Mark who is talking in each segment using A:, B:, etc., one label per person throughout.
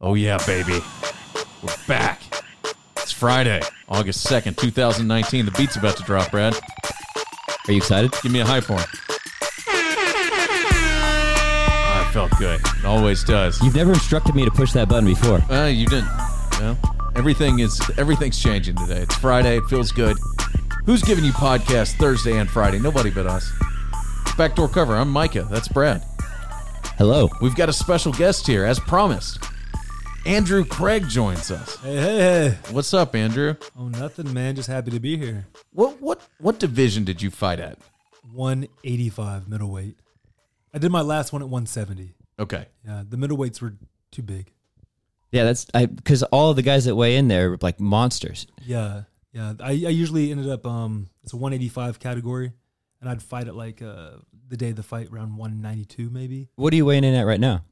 A: Oh, yeah, baby. We're back. It's Friday, August 2nd, 2019. The beat's about to drop, Brad.
B: Are you excited?
A: Give me a hype horn. Ah, it felt good. It always does.
B: You've never instructed me to push that button before.
A: Uh, you didn't. Well, everything is everything's changing today. It's Friday. It feels good. Who's giving you podcasts Thursday and Friday? Nobody but us. Backdoor cover. I'm Micah. That's Brad.
B: Hello.
A: We've got a special guest here, as promised. Andrew Craig joins us.
C: Hey, hey, hey.
A: What's up, Andrew?
C: Oh, nothing, man. Just happy to be here.
A: What what what division did you fight at?
C: 185 middleweight. I did my last one at 170.
A: Okay.
C: Yeah, the middleweights were too big.
B: Yeah, that's I because all of the guys that weigh in there are like monsters.
C: Yeah, yeah. I, I usually ended up, um, it's a 185 category, and I'd fight at like uh, the day of the fight, around 192 maybe,
B: What are you weighing in at right now?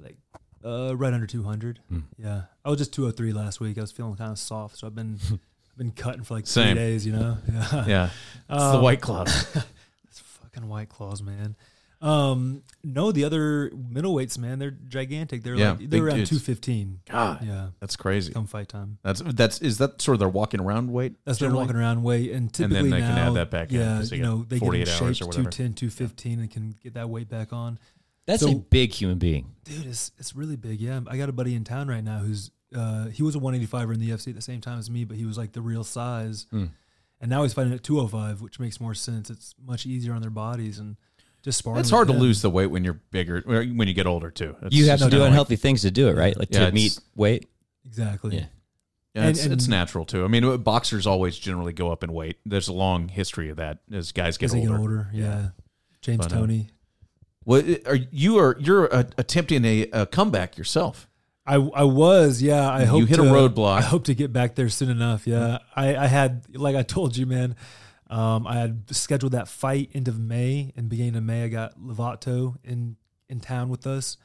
C: like uh, right under 200. Yeah. I was just 203 last week. I was feeling kind of soft, so I've been. I've Been cutting for like three
A: Same.
C: days, you know. Yeah,
A: Yeah. It's the
C: Um,
A: White Club.
C: It's fucking White Claws, man. Um, no, the other middleweights, man, they're gigantic. They're
A: Yeah,
C: like
A: big
C: they're around
A: dudes.
C: two fifteen.
A: God.
C: Yeah,
A: That's crazy.
C: come fight time.
A: That's that's is that sort of their walking around weight?
C: Um, That's been walking around weight, and
A: then
C: typically
A: they
C: now,
A: can add that back in,
C: yeah,
A: 'cause they
C: you
A: get
C: know, they get in
A: 48 hours
C: shape
A: or whatever.
C: 210, 215 and can get that weight back on.
B: That's
C: So-
B: a big human being.
C: Dude, it's it's really big. Yeah, I got a buddy in town right now who's uh, he was a 185er in the UFC at the same time as me, but he was like the real size,
A: Hmm.
C: and now he's fighting at 205, which makes more sense. It's much easier on their bodies and just sparring.
A: It's
C: with
A: hard to
C: him.
A: lose the weight when you're bigger or when you get older too. It's
B: You have to
A: just
B: do
A: kinda
B: unhealthy things to do it, right? Like
A: Yeah,
B: to
A: it's-
B: meet weight.
C: exactly.
B: Yeah.
A: like- yeah,
C: and-
A: it's, it's
C: and-
A: natural too. I mean, uh, boxers always generally go up in weight. There's a long history of that as guys get
C: As they
A: older.
C: get older, yeah. James
A: But, uh,
C: Tony.
A: What uh, are you are you're uh, attempting a, a comeback yourself?
C: I I was, yeah. I hope
A: hit a
C: to-
A: roadblock.
C: I hope to get back there soon enough. Yeah, I I had like I told you, man. Um, I had scheduled that fight end of May and beginning of May. I got Lovato in in town with us,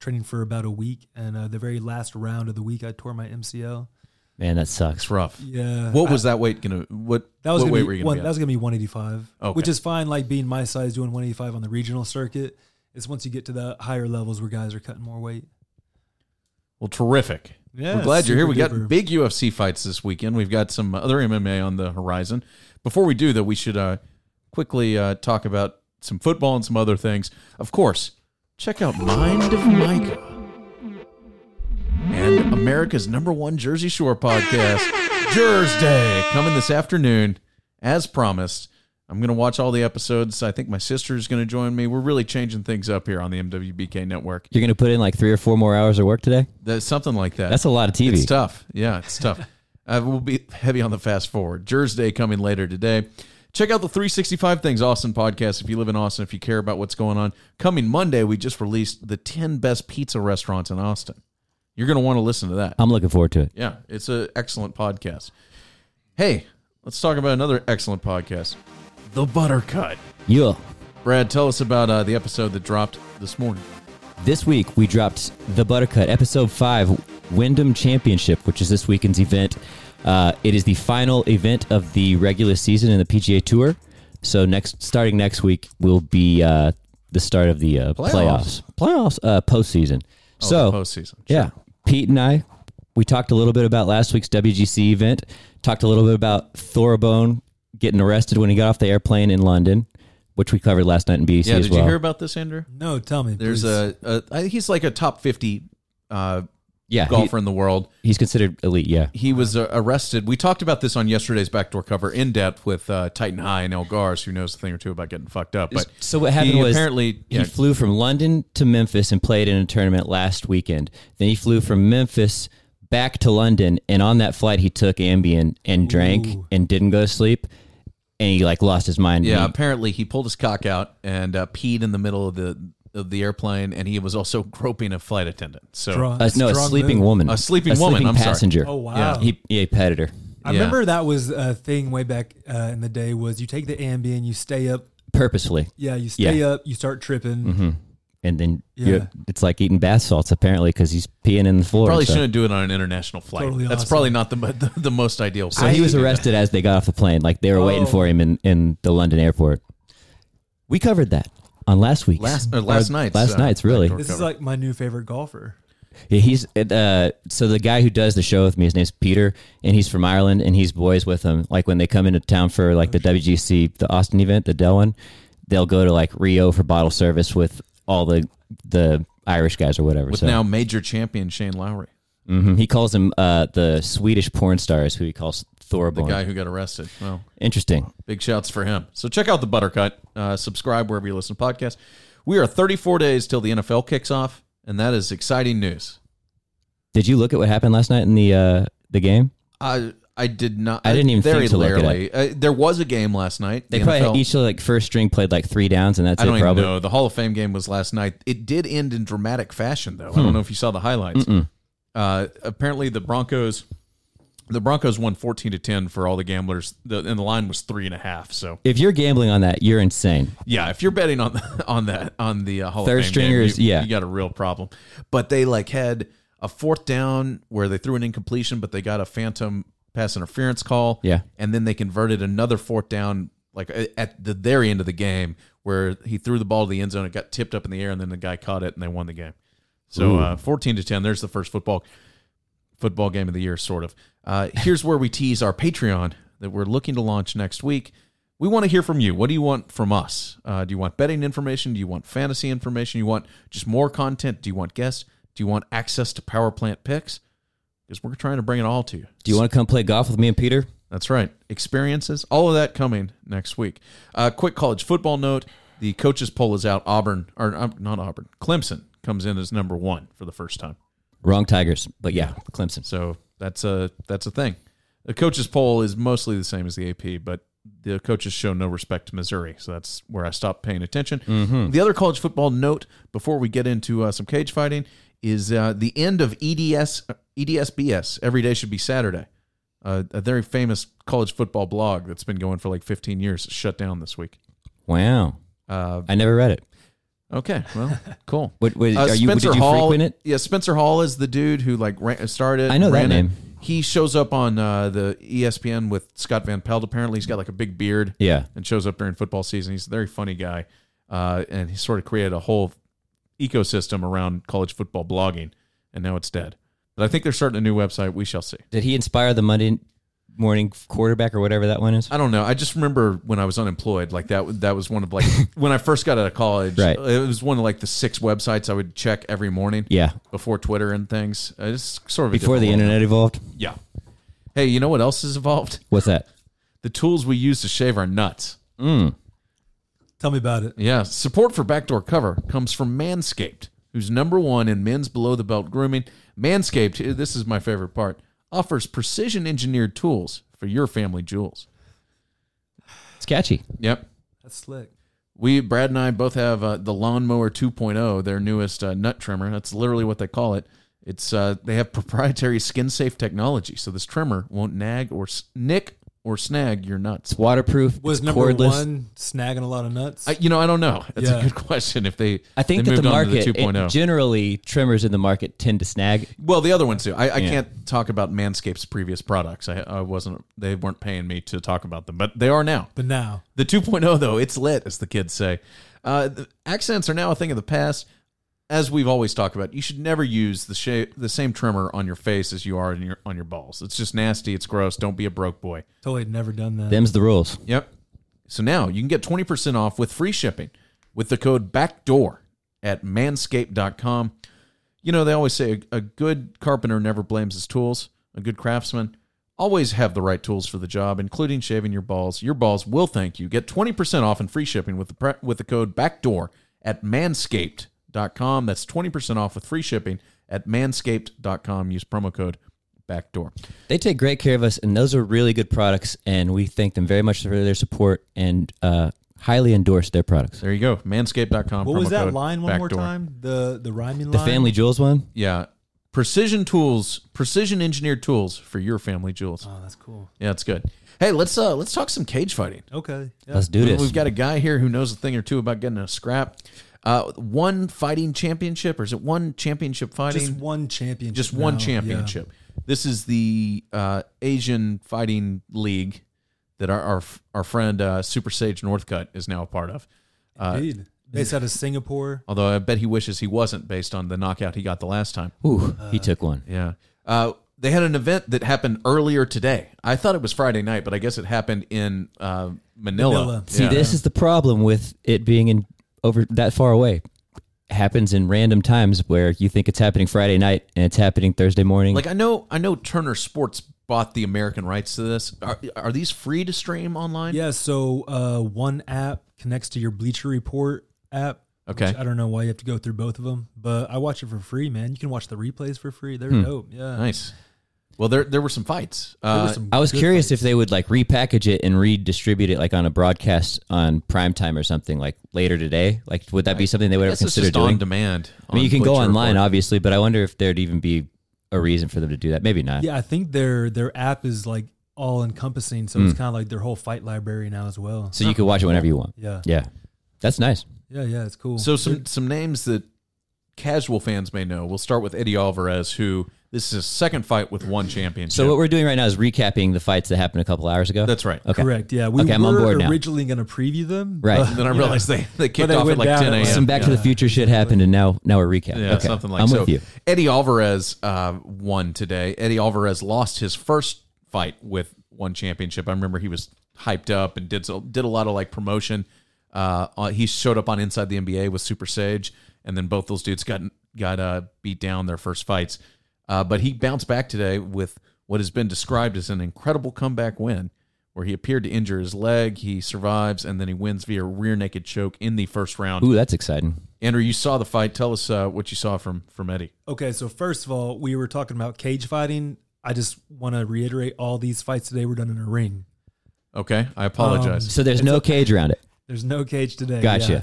C: training for about a week. And uh, the very last round of the week, I tore my MCL.
B: Man, that sucks.
A: It's rough.
C: Yeah,
A: What was that weight gonna? What
C: that was
A: what
C: gonna
A: weight
C: be
A: were you gonna
C: one,
A: be at?
C: that was gonna be 185, which
A: Okay.
C: is fine. Like being my size, doing 185 on the regional circuit. It's once you get to the higher levels where guys are cutting more weight.
A: well, terrific.
C: Yeah,
A: We're glad you're here. We
C: super
A: got
C: duper.
A: big UFC fights this weekend. We've got some other MMA on the horizon. Before we do, though, we should uh, quickly uh, talk about some football and some other things. Of course, check out Mind of Micah and America's number one Jersey Shore podcast, Jersey, coming this afternoon, as promised. I'm going to watch all the episodes. I think my sister's going to join me. We're really changing things up here on the MWBK network.
B: You're gonna put in like three or four more hours of work today.
A: That's something like that.
B: That's a lot of TV.
A: It's tough. Yeah, it's tough. uh, we'll be heavy on the fast forward. Jers Day coming later today. Check out the 365 Things Austin podcast if you live in Austin, if you care about what's going on. Coming Monday, we just released the 10 best pizza restaurants in Austin. You're going to want to listen to that.
B: I'm looking forward to it.
A: Yeah, it's an excellent podcast. Hey, let's talk about another excellent podcast The Buttercut.
B: Yeah.
A: Brad, tell us about uh, the episode that dropped this morning.
B: This week we dropped the Buttercut episode five, Wyndham Championship, which is this weekend's event. Uh, it is the final event of the regular season in the PGA Tour. So next, starting next week, will be uh, the start of the uh,
A: Playoffs.
B: playoffs. Playoffs, uh, postseason.
A: Oh,
B: so
A: the postseason.
B: Yeah. Pete and I, we talked a little bit about last week's WGC event, talked a little bit about Thorabone getting arrested when he got off the airplane in London, which we covered last night in BC
A: Yeah,
B: as
A: did
B: well.
A: you hear about this, Andrew?
C: No, tell me.
A: There's
C: please.
A: a, a I- he's like a top 50 uh,
B: yeah,
A: golfer in the world.
B: he- he's considered elite, yeah.
A: He was uh, arrested. We talked about this on yesterday's backdoor cover in depth with uh, Titan High and El Gars, who knows a thing or two about getting fucked up. But
B: So what happened
A: he
B: was
A: apparently
B: he
A: yeah,
B: flew from London to Memphis and played in a tournament last weekend. Then he flew from Memphis back to London, and on that flight he took Ambien and drank
C: Ooh.
B: and didn't go to sleep, and he like lost his mind.
A: yeah.
B: He-
A: Apparently, he pulled his cock out and uh, peed in the middle of the of the airplane, and he was also groping a flight attendant. So
C: Strong-
B: uh, no, a
C: strong
B: sleeping
C: move.
B: woman,
A: A sleeping woman, I'm sorry.
B: passenger.
C: Oh wow!
A: Yeah.
B: He, yeah, he petted her.
C: I
A: Yeah.
C: remember that was a thing way back uh, in the day. Was you take the Ambien, you stay up,
B: purposefully,
C: yeah, you stay
B: Yeah. Mm-hmm.
C: up, you start tripping.
B: and then
C: Yeah.
B: you it's like eating bath salts apparently because he's peeing in the floor.
A: probably
B: and stuff.
A: shouldn't do it on an international flight.
C: Totally
A: That's
C: awesome.
A: probably not the, mo- the the most ideal.
B: So he was arrested as they got off the plane. Like they were waiting
C: Oh.
B: for him in, in the London airport. We covered that on last week's
A: Last- or last night's,
B: last
A: uh,
B: night's really.
A: backdoor.
C: This is
A: Recover.
C: like my new favorite golfer.
B: Yeah, he's uh, so the guy who does the show with me. His name's Peter, and he's from Ireland, and he's boys with him. Like when they come into town for like the WGC, the Austin event, the Dell one, they'll go to like Rio for bottle service with all the the Irish guys or whatever.
A: with
B: so
A: now major champion Shane Lowry,
B: Mhm. he calls them uh, the Swedish porn stars, who he calls
A: the
B: Thorborn.
A: guy who got arrested. Well,
B: Interesting.
A: Big shouts for him. So check out the Buttercut. Uh, subscribe wherever you listen to podcasts. We are 34 days till the NFL kicks off, and that is exciting news.
B: Did you look at what happened last night in the uh, the game?
A: I I did not.
B: I didn't even
A: very
B: think to look it
A: rarely. Uh, there was a game last night.
B: They
A: the
B: probably
A: NFL.
B: each like first string played like three downs, and that's
A: I don't
B: it.
A: even
B: Probably.
A: know. The Hall of Fame game was last night. It did end in dramatic fashion, though. I
B: Hmm.
A: don't know if you saw the highlights. Uh, apparently, the Broncos, the Broncos won 14 to 10 for all the gamblers, the, and the line was three and a half. So
B: If you're gambling on that, you're insane.
A: Yeah, if you're betting on on that on the uh, Hall
B: Third
A: of Fame game,
B: stringers,
A: you,
B: yeah.
A: you got a real problem. But they like had a fourth down where they threw an incompletion, but they got a phantom pass interference call.
B: Yeah.
A: and then they converted another fourth down like a- at the very end of the game where he threw the ball to the end zone. It got tipped up in the air, and then the guy caught it, and they won the game. So uh, fourteen to ten. There's the first football football game of the year, sort of. Uh, here's where we tease our Patreon that we're looking to launch next week. We want to hear from you. What do you want from us? Uh, do you want betting information? Do you want fantasy information? You want just more content? Do you want guests? Do you want access to power plant picks? Because we're trying to bring it all to you.
B: Do you want to come play golf with me and Peter?
A: That's right. Experiences, all of that coming next week. Uh, quick college football note: the coaches poll is out. Auburn, or um, not Auburn, Clemson comes in as number one for the first time.
B: Wrong Tigers, but yeah, Clemson.
A: So that's a that's a thing. The coaches poll is mostly the same as the AP, but the coaches show no respect to Missouri, so that's where I stopped paying attention. The other college football note before we get into uh, some cage fighting is uh, the end of EDS EDSBS. Every day should be Saturday. Uh, a very famous college football blog that's been going for like 15 years shut down this week.
B: Wow,
A: Uh,
B: I never read it.
A: okay, well, cool.
B: What, what
A: Uh,
B: are you? Did you
A: Hall,
B: frequent it?
A: Yeah, Spencer Hall is the dude who like ran, started.
B: I know that
A: ran it.
B: name.
A: He shows up on uh, the ESPN with Scott Van Pelt. Apparently, he's got like a big beard
B: Yeah,
A: and shows up during football season. He's a very funny guy, uh, and he sort of created a whole ecosystem around college football blogging, and now it's dead. But I think they're starting a new website. We shall see.
B: did he inspire the Monday morning quarterback or whatever that one is?
A: I don't know. I just remember when I was unemployed, like that. That was one of like when I first got out of college.
B: Right.
A: It was one of like the six websites I would check every morning.
B: Yeah,
A: before Twitter and things. Uh, It's sort of a
B: before the
A: different
B: internet evolved.
A: world. Yeah. Hey, you know what else has evolved?
B: What's that?
A: The tools we use to shave our nuts.
C: Tell me about it.
A: Yeah. Support for backdoor cover comes from Manscaped, who's number one in men's below the belt grooming. Manscaped, uh, this is my favorite part, offers precision engineered tools for your family jewels.
B: It's catchy.
A: Yep.
C: That's slick.
A: We, Brad and I, both have uh, the Lawnmower 2.0, their newest uh, nut trimmer. That's literally what they call it. It's uh, they have proprietary skin safe technology, so this trimmer won't nag or s- nick or snag your nuts.
B: It's waterproof.
C: Was
B: it's
C: number
B: cordless.
C: one snagging a lot of nuts?
A: I, you know, I don't know. That's a
C: Yeah.
A: good question. If they,
B: I think
A: they
B: that the
A: moved on to
B: market
A: the
B: it-
A: 2.0.
B: generally trimmers in the market tend to snag.
A: well, the other ones too. I, I can't talk about Manscaped's previous products. I, I wasn't. They weren't paying me to talk about them, but they are now.
C: but now,
A: The 2.0, though, it's lit, as the kids say. Uh, the accents are now a thing of the past. As we've always talked about, you should never use the shape, the same trimmer on your face as you are on your on your balls. It's just nasty. It's gross. Don't be a broke boy.
C: totally never done that.
B: Them's the rules.
A: Yep. So now you can get 20% off with free shipping with the code BACKDOOR at manscaped.com. You know, they always say a, a good carpenter never blames his tools. A good craftsman always have the right tools for the job, including shaving your balls. Your balls will thank you. Get 20% off and free shipping with the pre- with the code BACKDOOR at manscaped.com. That's 20% off with free shipping at manscaped.com. Use promo code BACKDOOR.
B: They take great care of us, and those are really good products, and we thank them very much for their support and uh, highly endorse their products.
A: There you go. Manscaped.com.
C: what was
A: promo
C: that
A: code
C: line one more
A: backdoor.
C: time? The the rhyming
B: The
C: line.
B: Family Jewels one?
A: Yeah. Precision tools, precision engineered tools for your family jewels.
C: Oh, that's cool.
A: Yeah, it's good. Hey, let's uh let's talk some cage fighting.
C: Okay. yeah.
B: Let's do this.
A: We've got a guy here who knows a thing or two about getting in a scrap. Uh one fighting championship or is it one championship fighting?
C: just one championship.
A: Just one
C: now, yeah.
A: championship. This is the uh Asian Fighting League that our our, our friend uh, Super Sage Northcutt is now a part of.
C: Indeed. based out of Singapore.
A: Although I bet he wishes he wasn't based on the knockout he got the last time.
B: Ooh, he took one.
A: Yeah. Uh, they had an event that happened earlier today. I thought it was Friday night, but I guess it happened in uh, Manila.
C: Manila.
B: See,
A: Yeah.
B: this is the problem with it being in over that far away. happens in random times where you think it's happening Friday night and it's happening Thursday morning.
A: Like I know, I know Turner Sports bought the American rights to this. Are, are these free to stream online?
C: Yeah, so uh, one app connects to your Bleacher Report app.
A: Okay.
C: which I don't know why you have to go through both of them, but I watch it for free, man. You can watch the replays for free.
B: Hmm.
C: They're dope. Yeah.
A: Nice. Well, there there were some fights.
C: There were
A: Uh,
C: some
B: I was
C: good
B: curious
C: fights.
B: if they would like repackage it and redistribute it like on a broadcast on primetime or something like later today. Like, would that be something they would
A: I
B: ever
A: guess it's
B: consider
A: just on
B: doing?
A: demand.
B: I mean,
A: on
B: you can go
A: Bleacher
B: online,
A: Report.
B: obviously, but I wonder if there'd even be a reason for them to do that. Maybe not.
C: Yeah, I think their their app is like all encompassing, so it's
B: Hmm.
C: kind of like their whole fight library now as well.
B: So you could watch it whenever you want.
C: Yeah,
B: Yeah. That's nice.
C: yeah, yeah. It's cool.
A: So some some names that casual fans may know. We'll start with Eddie Alvarez, who this is his second fight with one championship.
B: So what we're doing right now is recapping the fights that happened a couple hours ago.
A: that's right.
B: okay.
C: correct. Uh, Yeah, we
B: Okay,
C: were
B: I'm on board now.
C: originally going to preview them,
B: Right.
C: but-
A: And then I realized they, they kicked
C: they
A: off at
C: went
A: like
C: down
A: 10 a.m.
C: at
B: Some Back to the
C: Yeah.
B: Future shit happened, and now now we're recapping.
A: Yeah,
B: okay.
A: something like
B: I'm
A: so.
B: with you.
A: Eddie Alvarez uh, won today. Eddie Alvarez lost his first fight with one championship. I remember he was hyped up and did so, did a lot of like promotion. Uh, uh, he showed up on Inside the NBA with Super Sage, and then both those dudes got got uh, beat down their first fights. Uh, but he bounced back today with what has been described as an incredible comeback win, where he appeared to injure his leg. He survives, and then he wins via rear naked choke in the first round.
B: Ooh, that's exciting.
A: Andrew, you saw the fight. Tell us uh, what you saw from from Eddie.
C: Okay, so first of all, we were talking about cage fighting. I just want to reiterate all these fights today were done in a ring.
A: Okay, I apologize.
C: Um,
B: So there's no cage around it.
C: There's no cage today.
B: Gotcha.
C: yeah.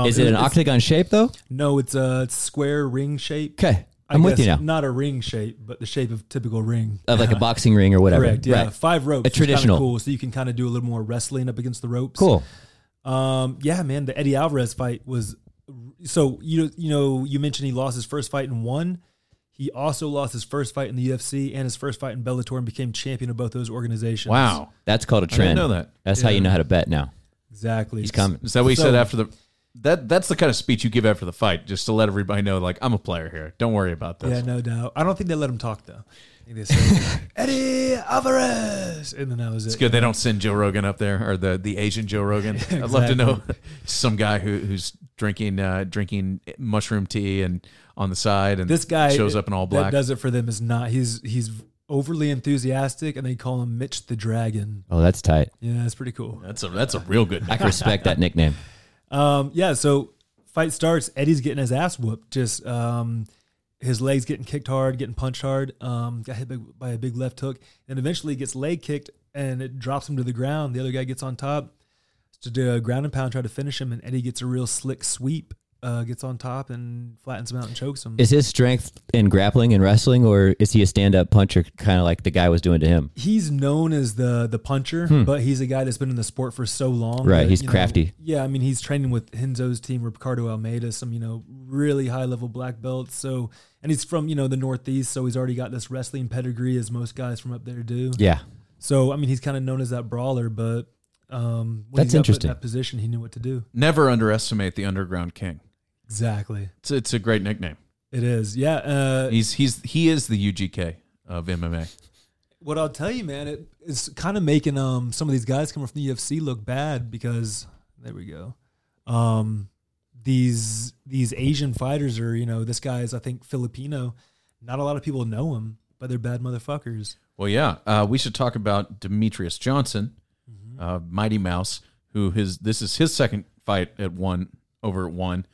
C: Um,
B: Is it an
C: it's-
B: octagon shape though?
C: No, it's a square ring shape.
B: Okay,
C: I
B: I'm with you
C: guess
B: now.
C: Not a ring shape, but the shape of typical ring.
B: Of like a boxing ring or whatever.
C: Correct. Yeah,
B: Right.
C: five ropes.
B: A
C: which is kinda
B: traditional.
C: cool, so you can kind of do a little more wrestling up against the ropes.
B: Cool.
C: Um, yeah, man, the Eddie Alvarez fight was so you know you know you mentioned he lost his first fight and won. He also lost his first fight in the UFC and his first fight in Bellator and became champion of both those organizations.
A: wow,
B: That's called a
A: I didn't
B: trend.
A: know that.
B: That's how you know how to bet now.
C: exactly.
B: He's coming.
A: Is that what he
C: So-
A: said after the? That that's the kind of speech you give after the fight, just to let everybody know, like I'm a player here. Don't worry about this.
C: Yeah, no doubt. I don't think they let him talk though. I think they said, Eddie Alvarez, and then that was
A: It's
C: it.
A: good they don't send Joe Rogan up there or the the Asian Joe Rogan. I'd love to know some guy who who's drinking uh, drinking mushroom tea and on the side and
C: This guy
A: shows up in all
C: That
A: black.
C: does it for them. Is not. He's he's overly enthusiastic, and they call him Mitch the Dragon.
B: Oh, that's tight.
C: Yeah, that's pretty cool.
A: That's a that's a real good.
B: I can respect that nickname.
C: Um, yeah, so fight starts. Eddie's getting his ass whooped. Just um, his legs getting kicked hard, getting punched hard. Um, got hit big, by a big left hook, and eventually gets leg kicked, and it drops him to the ground. The other guy gets on top to do a ground and pound, try to finish him, and Eddie gets a real slick sweep. Uh, gets on top and flattens him out and chokes him.
B: Is his strength in grappling and wrestling, or is he a stand-up puncher, kind of like the guy was doing to him?
C: he's known as the the puncher, but he's a guy that's been in the sport for so long.
B: Hmm. Right,
C: that,
B: he's
C: you know,
B: crafty.
C: yeah, I mean, he's training with Henzo's team, Ricardo Almeida, some you know really high level black belts. So, and he's from you know the Northeast, so he's already got this wrestling pedigree, as most guys from up there do.
B: Yeah.
C: So, I mean, he's kind of known as that brawler, but um, when
B: That's
C: he got put
B: interesting.
C: In that position, he knew what to do.
A: Never underestimate the underground king.
C: Exactly,
A: It's it's a great nickname.
C: it is. Yeah. Uh,
A: He's he's he is the UGK of MMA.
C: What I'll tell you, man, it, it's kind of making um some of these guys coming from the UFC look bad because there we go. Um, these these Asian fighters are you know this guy is I think Filipino. Not a lot of people know him, but they're bad motherfuckers.
A: Well, yeah, uh, we should talk about Demetrius Johnson, uh, Mighty Mouse, who his this is his second fight at one over at one,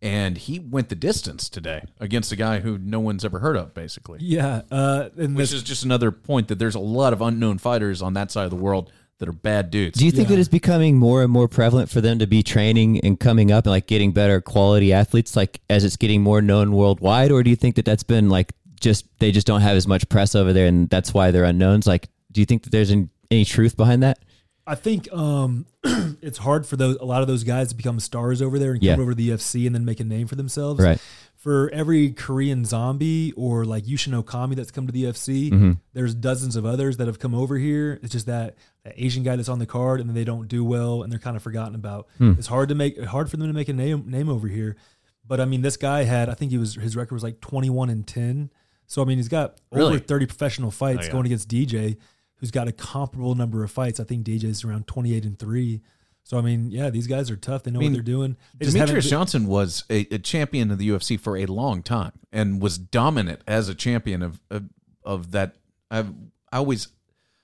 A: and he went the distance today against a guy who no one's ever heard of, basically.
C: Yeah, uh, and
A: Which
C: this,
A: is just another point that there's a lot of unknown fighters on that side of the world that are bad dudes.
B: Do you think that it's becoming more and more prevalent for them to be training and coming up and like getting better quality athletes, like as it's getting more known worldwide, or do you think that that's been like just they just don't have as much press over there, and that's why they're unknowns? Like, do you think that there's any, any truth behind that?
C: I think um, it's hard for those a lot of those guys to become stars over there and
B: Yeah.
C: come over to the UFC and then make a name for themselves.
B: Right.
C: For every Korean zombie or like Yushin Okami that's come to the UFC,
A: Mm-hmm.
C: there's dozens of others that have come over here. It's just that, that Asian guy that's on the card and then they don't do well and they're kind of forgotten about.
A: Hmm.
C: It's hard to make hard for them to make a name name over here. But I mean, this guy had I think he was his record was like 21 and 10. So I mean, he's got
A: Really?
C: over 30 professional fights going against DJ, who's got a comparable number of fights. I think DJ is around 28 and 3. So I mean, yeah, these guys are tough. They know
A: mean,
C: what they're doing. They just haven't
A: Demetrius
C: been-
A: Johnson was a, a champion of the UFC for a long time and was dominant as a champion of of, of that. I've, I always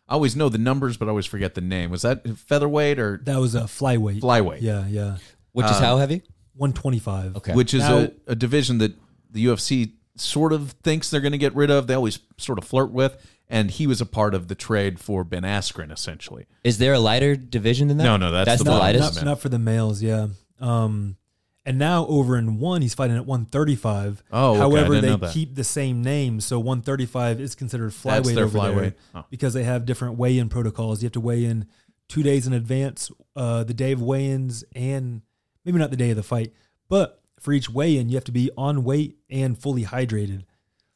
A: I always know the numbers, but I always forget the name. Was that featherweight or
C: that was a flyweight.
A: flyweight?
C: Yeah, yeah.
B: Which
A: Uh,
B: is how heavy?
C: 125.
B: Okay.
A: which is
C: Now-
A: a, a division that the UFC sort of thinks they're going to get rid of. They always sort of flirt with, and he was a part of the trade for Ben Askren essentially.
B: Is there a lighter division than that?
A: No, no, that's
B: that's
A: the
B: the,
A: bottom.
B: lightest.
A: man.
C: Not, not for the males, yeah. Um, and now over in one, he's fighting at 135.
A: Oh, okay. I
C: however,
A: didn't know
C: they
A: that.
C: keep the same name, so 135 is considered flyweight
A: That's their
C: over
A: flyweight.
C: there
A: Oh.
C: because they have different weigh-in protocols. You have to weigh in two days in advance, uh, the day of weigh-ins, and maybe not the day of the fight, but for each weigh-in, you have to be on weight and fully hydrated.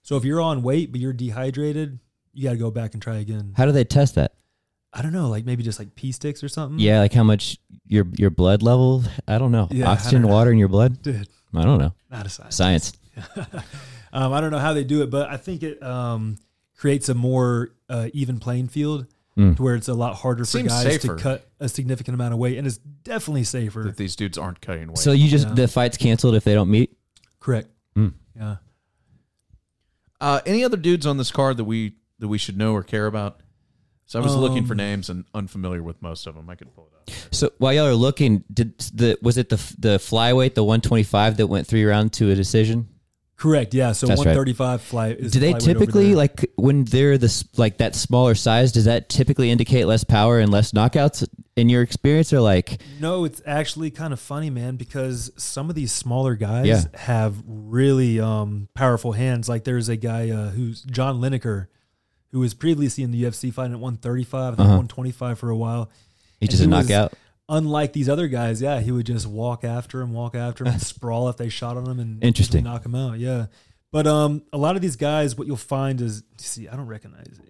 C: So if you're on weight but you're dehydrated, you got to go back and try again.
B: How do they test that?
C: I don't know, like maybe just like pee sticks or something.
B: Yeah, like how much your your blood level? I don't know.
C: Yeah, I
B: Oxygen,
C: don't know.
B: water in your blood?
C: Dude,
B: I don't know.
C: not a science.
B: Science.
C: Um, I don't know how they do it, but I think it um, creates a more uh, even playing field
B: Hmm.
C: to where it's a lot harder for
A: Seems
C: guys
A: safer.
C: to cut a significant amount of weight, and it's definitely safer.
A: That these dudes aren't cutting weight.
B: So you just the fight's canceled if they don't meet.
C: Correct.
B: Hmm.
C: Yeah.
A: Uh, any other dudes on this card that we that we should know or care about? So I was looking
C: Um,
A: for names and unfamiliar with most of them. I could pull it up.
B: So while y'all are looking, did the was it the the flyweight the 125 that went three rounds to a decision?
C: Correct. Yeah. So
B: That's right.
C: 135 fly. Is
B: Do they
C: flyweight over
B: typically
C: there.
B: like when they're this like that smaller size? Does that typically indicate less power and less knockouts in your experience? Or like
C: No, it's actually kind of funny, man, because some of these smaller guys
B: Yeah.
C: have really um, powerful hands. Like there's a guy uh, who's John Lineker, who was previously in the UFC fighting at 135, I think 125 for a while.
B: he
C: And
B: just a
C: was-
B: knockout?
C: Unlike these other guys, yeah, he would just walk after him, walk after him, and sprawl if they shot on him, and
B: Interesting.
C: usually knock him out. Yeah, but um, a lot of these guys, what you'll find is, see, I don't recognize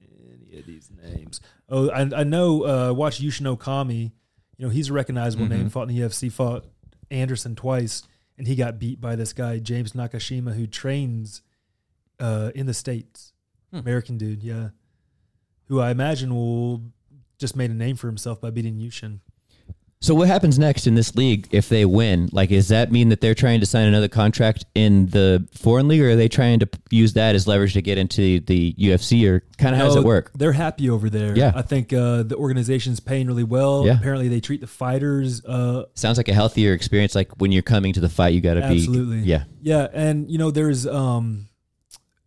C: any of these names. Oh, I, I know. Uh, watch Yushin Okami. You know, he's a recognizable name. Fought in the UFC, fought Anderson twice, and he got beat by this guy James Nakashima, who trains uh, in the states. American dude, yeah, who I imagine will just made a name for himself by beating Yushin.
B: So what happens next in this league if they win? Like, does that mean that they're trying to sign another contract in the foreign league, or are they trying to p- use that as leverage to get into the UFC, or kind of how does it
C: No,
B: work?
C: Oh, They're happy over there.
B: Yeah.
C: I think uh, the organization's paying really well.
B: Yeah.
C: Apparently, they treat the fighters. Uh,
B: Sounds like a healthier experience. Like when you're coming to the fight, you got to be
C: Absolutely.
B: yeah.
C: yeah, and you know, there's um,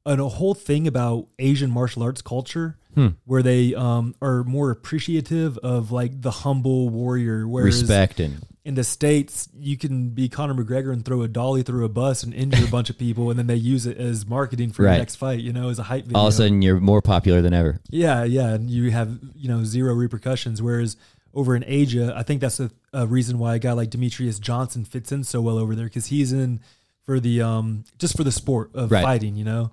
C: an, a whole thing about Asian martial arts culture
B: Hmm.
C: where they um, are more appreciative of like the humble warrior. Whereas
B: respect and
C: in the states, you can be Conor McGregor and throw a dolly through a bus and injure a bunch of people, and then they use it as marketing for
B: Right.
C: your next fight. You know, as a hype video.
B: all of a sudden you're more popular than ever.
C: Yeah, yeah, and you have you know zero repercussions. Whereas over in Asia, I think that's a, a reason why a guy like Demetrius Johnson fits in so well over there because he's in for the um just for the sport of
B: Right.
C: fighting, you know,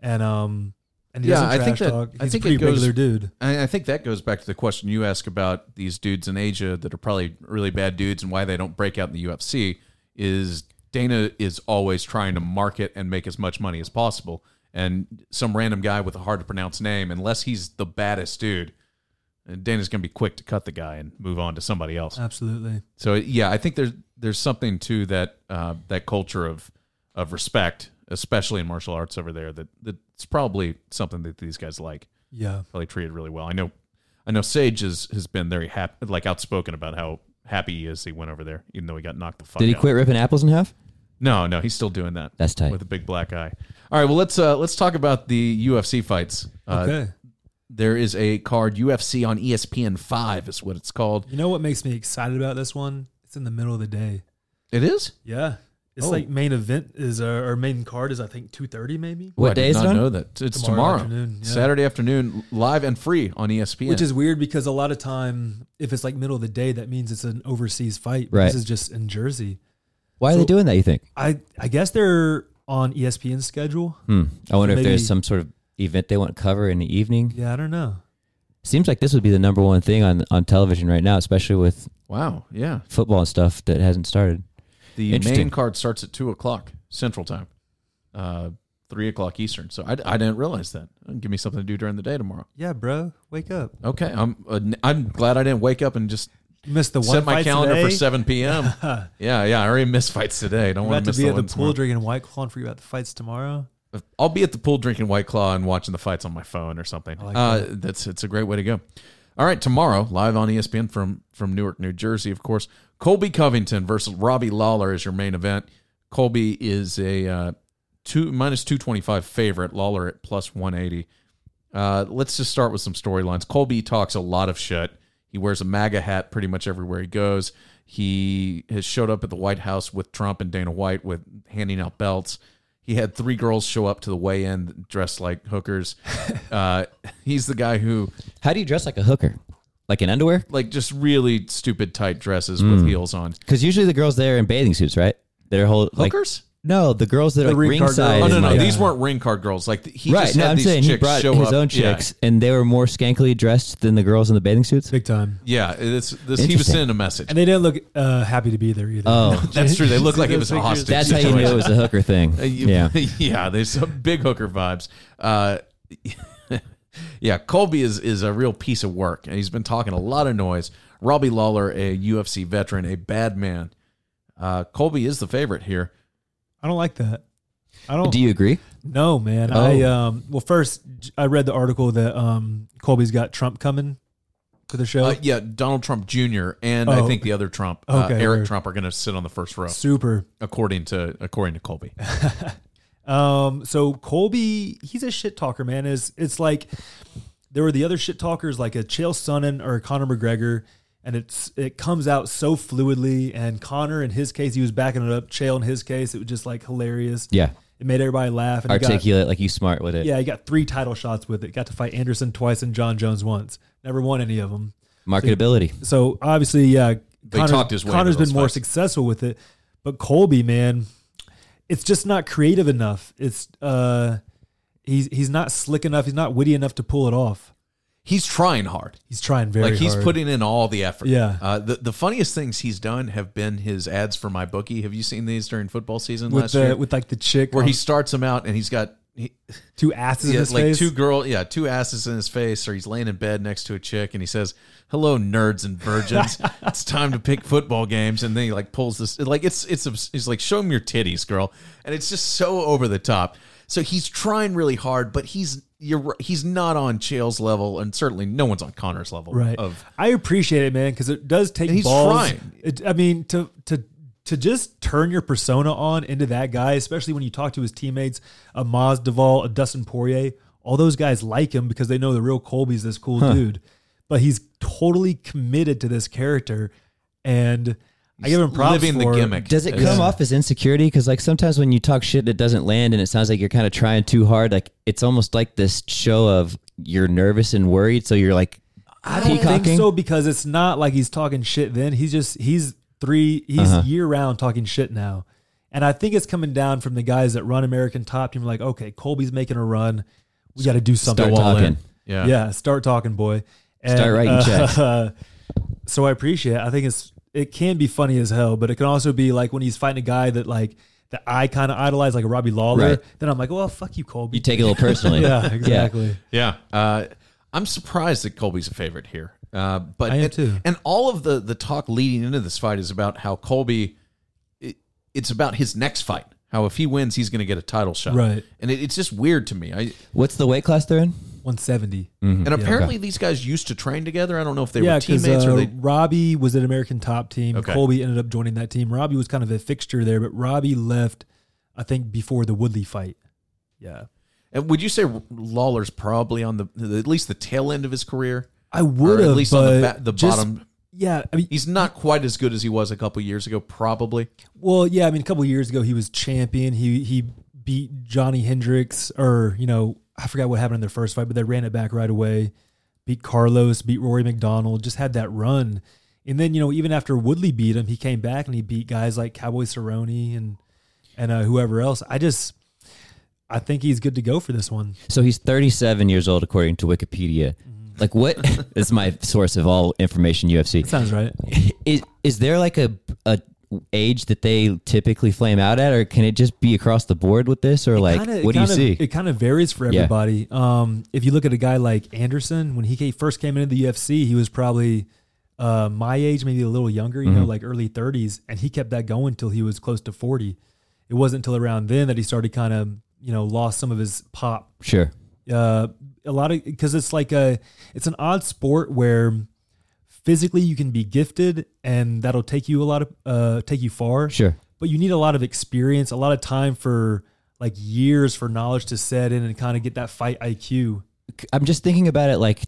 C: and um and he
A: Yeah,
C: doesn't
A: I think
C: trash
A: that-
C: talk.
A: I
C: He's
A: think
C: a pretty
A: it goes-
C: regular dude.
A: I, I think that goes back to the question you asked about these dudes in Asia that are probably really bad dudes and why they don't break out in the UFC. Is Dana is always trying to market and make as much money as possible, and some random guy with a hard to pronounce name, unless he's the baddest dude, and Dana's going to be quick to cut the guy and move on to somebody else.
C: Uh, Absolutely.
A: So yeah, I think there's there's something to that uh, that culture of of respect, especially in martial arts over there. That that's probably something that these guys like.
C: Yeah.
A: Probably treated really well. I know, I know. Sage has has been very happy, like outspoken about how happy he is he went over there, even though he got knocked the fuck.
B: Did he
A: out.
B: quit ripping apples in half?
A: No, no, he's still doing that.
B: That's tight.
A: with a big black eye. All right, well let's uh, let's talk about the UFC fights. Uh,
C: Okay.
A: There is a card UFC on E ESPN five is what it's called.
C: you know what makes me excited about this one? It's in the middle of the day.
A: It is.
C: Yeah. It's
A: Oh.
C: like main event is uh, or main card is I think two thirty maybe,
B: What
A: I
B: day
A: did
B: is
A: not
B: it on?
A: know that. It's tomorrow,
C: Tomorrow afternoon, yeah.
A: Saturday afternoon, live and free on
B: E
A: ESPN.
C: which is weird because a lot of time if it's like middle of the day that means it's an overseas fight.
B: Right.
C: This is just in Jersey.
B: Why are they
C: So-
B: doing that? You think?
C: I I guess they're on E ESPN schedule.
B: Hmm. I wonder if
C: maybe-
B: there's some sort of event they want to cover in the evening.
C: Yeah, I don't know.
B: Seems like this would be the number one thing on on television right now, especially with
A: wow, yeah.
B: football and stuff that hasn't started.
A: The main
B: Interesting.
A: card starts at two o'clock Central Time, uh, three o'clock Eastern. So I, I didn't realize that. Give me something to do during the day tomorrow.
C: Yeah, bro, wake up.
A: Okay, I'm uh, I'm glad I didn't wake up and just
C: You missed the one
A: set my
C: fight
A: calendar
C: today.
A: for seven p.m. yeah, yeah. I already missed fights today. Don't
C: We're
A: want to
C: about to
A: miss
C: be
A: the
C: at the
A: one
C: pool
A: tomorrow.
C: drinking white claw and forget about the fights tomorrow.
A: I'll be at the pool drinking White Claw and watching the fights on my phone or something.
C: like
A: uh, That's it's a great way to go. All right, tomorrow live on E ESPN from from Newark, New Jersey, of course. Colby Covington versus Robbie Lawler is your main event. Colby is a uh, two minus two twenty five favorite. Lawler at plus one eighty. Uh, let's just start with some storylines. Colby talks a lot of shit. He wears a MAGA hat pretty much everywhere he goes. He has showed up at the White House with Trump and Dana White with handing out belts. He had three girls show up to the weigh-in dressed like hookers. Uh, he's the guy who
B: How do you dress like a hooker? Like in underwear?
A: like just really stupid tight dresses
B: Hmm.
A: with heels on.
B: Because usually the girls there in bathing suits, right? They're whole like
A: Hookers?
B: no, the girls that are like
C: ring card
B: ringside.
C: girls.
A: oh no
B: and,
A: no,
B: like-
A: these weren't ring card girls. Like he
B: right.
A: just
B: No,
A: had
B: I'm
A: these
B: saying he
A: chicks
B: brought
A: show
B: his
A: up.
B: own
A: Yeah.
B: chicks, and they were more skankily dressed than the girls in the bathing suits.
C: Big time.
A: Yeah, it's this. He was
B: Interesting.
A: sending a message.
C: And they didn't look uh, happy to be there either.
B: Oh,
A: That's true. They look like it was a
C: Pictures.
A: hostage.
B: that's how you knew it
A: situation.
B: was a hooker thing.
A: Uh, you-
B: Yeah.
A: yeah. There's some big hooker vibes. Uh, yeah, Colby is is a real piece of work, and he's been talking a lot of noise. Robbie Lawler, a UFC veteran, a bad man. Uh, Colby is the favorite here.
C: I don't like that. I don't
B: Do you agree?
C: No, man.
B: Oh.
C: I um well first j- I read the article that um Colby's got Trump coming to the show.
A: Uh, yeah, Donald Trump Jr. and I
C: Oh.
A: think the other Trump, uh,
C: Okay,
A: Eric
C: word.
A: Trump, are going to sit on the first row,
C: Super.
A: according to according to Colby.
C: Um so Colby, he's a shit talker, man. Is it's like there were the other shit talkers like a Chael Sonnen or a Conor McGregor and it's it comes out so fluidly and Conor in his case he was backing it up, Chael in his case it was just like hilarious.
B: Yeah.
C: It made everybody laugh and he got-
B: Articulate like you smart with it.
C: Yeah, he got three title shots with it. Got to fight Anderson twice and John Jones once. Never won any of them.
B: Marketability.
C: So obviously, yeah,
A: They talked his way into
C: Connor's been
A: those
C: more
A: fights.
C: successful with it, but Colby, man, it's just not creative enough. It's uh, he's he's not slick enough. He's not witty enough to pull it off.
A: He's trying hard.
C: He's trying very.
A: like he's
C: hard.
A: putting in all the effort.
C: Yeah.
A: Uh, the the funniest things he's done have been his ads for my bookie. Have you seen these during football season
C: with
A: last
C: the
A: year?
C: with like the chick
A: where
C: on
A: he starts him out and he's got he,
C: two asses Um, in
A: yeah,
C: his
A: like
C: face.
A: two girl yeah two asses in his face or he's laying in bed next to a chick and he says hello nerds and virgins it's time to pick football games and then he like pulls this like it's it's obs- he's like show him your titties girl and it's just so over the top so he's trying really hard but he's you're right, he's not on Chael's level and certainly no one's on Connor's level
C: right.
A: of
C: I appreciate it, man, because it does take
A: And he's
C: balls.
A: trying.
C: It, I mean, to to to just turn your persona on into that guy, especially when you talk to his teammates, a Maz Duvall, a Dustin Poirier, all those guys like him because they know the real Colby's this cool dude. But he's totally committed to this character, and I give him props
A: living
C: for
A: the gimmick
B: Does it
A: It's-
B: come off as insecurity? Because like sometimes when you talk shit and it doesn't land, and it sounds like you're kind of trying too hard. Like it's almost like this show of you're nervous and worried, so you're like
C: I don't
B: peacocking.
C: think so because it's not like he's talking shit then. He's just he's three he's
B: Uh-huh.
C: year round talking shit now. And I think it's coming down from the guys that run American Top Team like, okay, Colby's making a run. We got to do something.
B: Start
A: All in.
B: talking.
A: yeah
C: Yeah. start talking, boy. And, uh,
B: Start writing
C: so I appreciate it. I think it's it can be funny as hell, but it can also be like when he's fighting a guy that like that I kind of idolize, like a Robbie Lawler.
B: Right.
C: Then I'm like, well, fuck you, Colby.
B: You take it a little personally.
C: yeah, exactly.
A: Yeah. Uh, I'm surprised that Colby's a favorite here. Uh, but
C: I am
A: and,
C: too.
A: and all of the the talk leading into this fight is about how Colby it, it's about his next fight. How if he wins, he's going to get a title shot.
C: Right.
A: And it, it's just weird to me. I
B: What's the weight class they're in?
C: 170.
A: and apparently these guys used to train together. I don't know if they
C: yeah,
A: were
C: 'cause,
A: teammates
C: uh,
A: or they
C: Robbie was at American Top Team.
A: Okay.
C: Colby ended up joining that team. Robbie was kind of a fixture there, but Robbie left, I think, before the Woodley fight. Yeah,
A: and would you say Lawler's probably on the at least the tail end of his career?
C: I would
A: or
C: have,
A: at least on the, ba- the
C: just
A: bottom
C: yeah, I mean,
A: He's not quite as good as he was a couple years ago, probably.
C: Well, yeah, I mean, a couple of years ago he was champion. He he beat Johnny Hendricks, or you know, I forgot what happened in their first fight, but they ran it back right away. Beat Carlos, beat Rory McDonald, just had that run. And then you know, even after Woodley beat him, he came back and he beat guys like Cowboy Cerrone and and uh, whoever else. I just I think he's good to go for this one.
B: So he's 37 years old, according to Wikipedia.
C: Mm-hmm.
B: Like, what this is my source of all information UFC?
C: Sounds right.
B: Is is there like a a age that they typically flame out at, or can it just be across the board with this, or like
C: Kinda- it
B: what do you
C: kinda-
B: see?
C: It kind of varies for
B: Yeah.
C: everybody. Um, if you look at a guy like Anderson, when he ca- first came into the UFC, he was probably uh, my age, maybe a little younger, you
B: Mm-hmm.
C: know, like early 30s, and he kept that going till he was close to 40. It wasn't until around then that he started kind of, you know, lost some of his pop
B: sure,
C: uh, a lot of because it's like a it's an odd sport where physically you can be gifted and that'll take you a lot of uh, take you far.
B: Sure.
C: but you need a lot of experience, a lot of time for like years for knowledge to set in and kind of get that fight IQ.
B: I'm just thinking about it like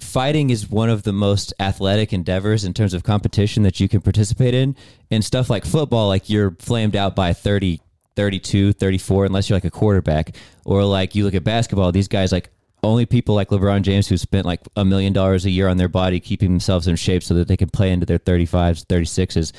B: fighting is one of the most athletic endeavors in terms of competition that you can participate in and stuff like football like you're flamed out by 30 32 34 unless you're like a quarterback or like you look at basketball these guys like only people like LeBron James who spent like a million dollars a year on their body keeping themselves in shape so that they can play into their 35s 36s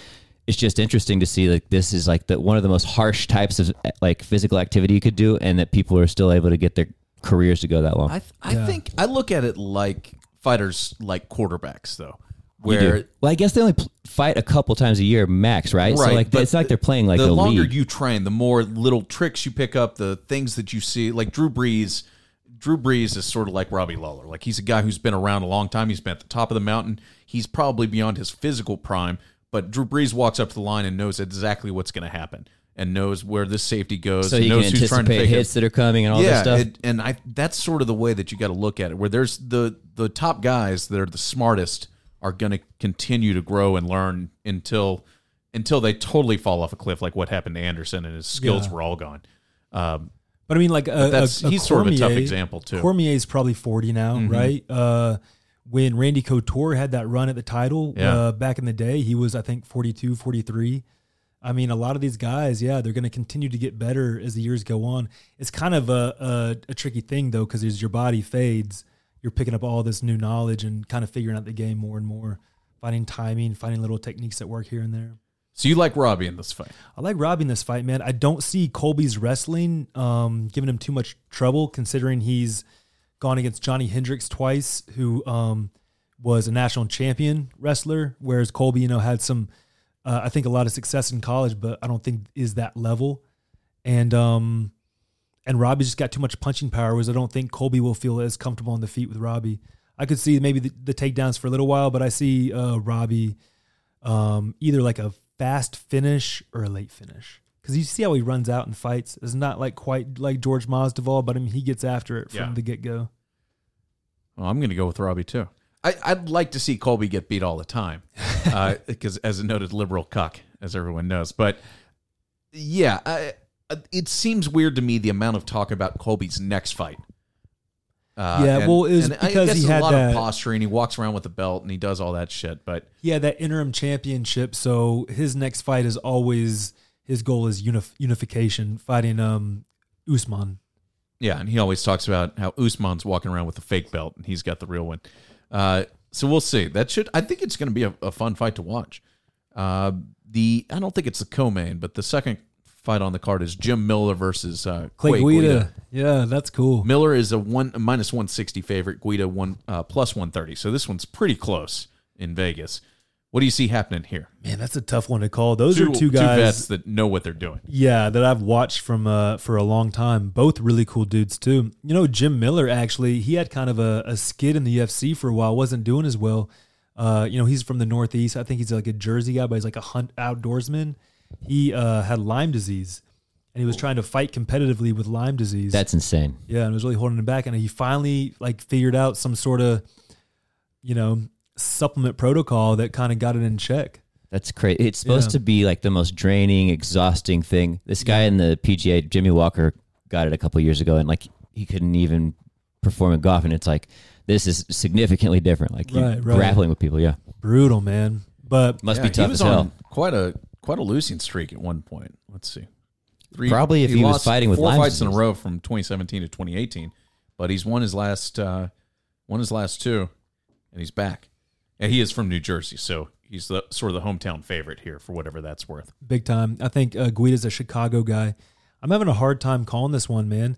B: it's just interesting to see like this is like the one of the most harsh types of eh, like physical activity you could do and that people are still able to get their careers to go that long
A: I th- I think I look at it like fighters like quarterbacks though, where
B: Well, I guess they only pl- fight a couple times a year max, right? So
A: Right,
B: like
A: but
B: it's not like they're playing like
A: the
B: the
A: longer
B: league.
A: you train, the more little tricks you pick up, the things that you see. Like Drew Brees, Drew Brees is sort of like Robbie Lawler. Like he's a guy who's been around a long time. He's been at the top of the mountain. He's probably beyond his physical prime, but Drew Brees walks up to the line and knows exactly what's going to happen and knows where this safety goes.
B: so you can
A: knows who's trying to
B: anticipate
A: pick it
B: hits that are coming and all
A: yeah,
B: that stuff.
A: it- and I that's sort of the way that you got to look at it. Where there's the the top guys that are the smartest are going to continue to grow and learn until until they totally fall off a cliff, like what happened to Anderson and his skills
C: Yeah.
A: were all gone.
C: But I mean, like a,
A: that's-
C: a- a
A: he's sort of a tough
C: Cormier-
A: example, too. Mm-hmm.
C: Cormier's probably forty now, right? Uh, when Randy Couture had that run at the title
A: Yeah.
C: uh, back in the day, he was I think 42, 43. I mean, a lot of these guys, yeah, they're going to continue to get better as the years go on. It's kind of a a, a tricky thing though, because as your body fades, you're picking up all this new knowledge and kind of figuring out the game more and more, finding timing, finding little techniques that work here and there.
A: So you like Robbie in this fight?
C: I like Robbie in this fight, man. I don't see Colby's wrestling um, giving him too much trouble, considering he's gone against Johnny Hendricks twice, who um, was a national champion wrestler, whereas Colby, you know, had some, uh, I think, a lot of success in college, but I don't think is that level. And um, and Robbie's just got too much punching power, whereas I don't think Colby will feel as comfortable on the feet with Robbie. I could see maybe the, the takedowns for a little while, but I see uh, Robbie um, either like a fast finish or a late finish. Because you see how he runs out and fights. It's not like quite like George Masvidal, but I mean he gets after it from
A: Yeah.
C: the get go.
A: Well, I'm going to go with Robbie too. I, I'd like to see Colby get beat all the time, because as a noted liberal cuck, as everyone knows. But yeah, I, it seems weird to me the amount of talk about Colby's next fight. Uh,
C: Yeah, well, it was
A: and I
C: because
A: guess
C: he
A: a
C: had
A: lot
C: that-
A: of posture, and he walks around with a belt, and he does all that shit. But
C: He had that interim championship, so his next fight is always his goal is unif- unification, fighting um Usman.
A: Yeah, and he always talks about how Usman's walking around with a fake belt and he's got the real one. Uh, so we'll see. That should I think it's going to be a, a fun fight to watch. Uh, the I don't think it's the co-main, but the second fight on the card is Jim Miller versus uh,
C: Clay
A: Clay
C: Guida. yeah, that's cool.
A: Miller is a one a minus one sixty favorite. Guida one uh, plus one thirty. So this one's pretty close in Vegas. What do you see happening here?
C: Man, that's a tough one to call. Those are two guys.
A: vets that know what they're doing.
C: Yeah, that I've watched from uh, for a long time. Both really cool dudes too. You know, Jim Miller actually he had kind of a, a skid in the UFC for a while. wasn't doing as well. Uh, you know, he's from the Northeast. I think he's like a Jersey guy, but he's like a hunt outdoorsman. He uh, had Lyme disease, and he was trying to fight competitively with Lyme disease.
B: That's insane.
C: Yeah, and it was really holding him back. And he finally like figured out some sort of, you know, supplement protocol that kind of got it in check.
B: That's crazy. It's supposed
C: Yeah.
B: to be like the most draining, exhausting thing. This guy in the PGA, Jimmy Walker, got it a couple years ago, and like he couldn't even perform in golf. And it's like this is significantly different. Like you're
C: Right, right.
B: grappling with people. Yeah,
C: brutal, man. But
B: Must
A: Yeah,
B: be tough
A: he was
B: as hell.
A: on quite a quite a losing streak at one point. Let's see. Three,
B: Probably if he was
A: lost
B: fighting with
A: four
B: Lyme
A: fights in a
B: disease.
A: row from 2017 to 2018, but he's won his last uh, won his last two, and he's back. And he is from New Jersey, so he's the sort of the hometown favorite here for whatever that's worth.
C: big time. I think uh, Guida's a Chicago guy. I'm having a hard time calling this one, man.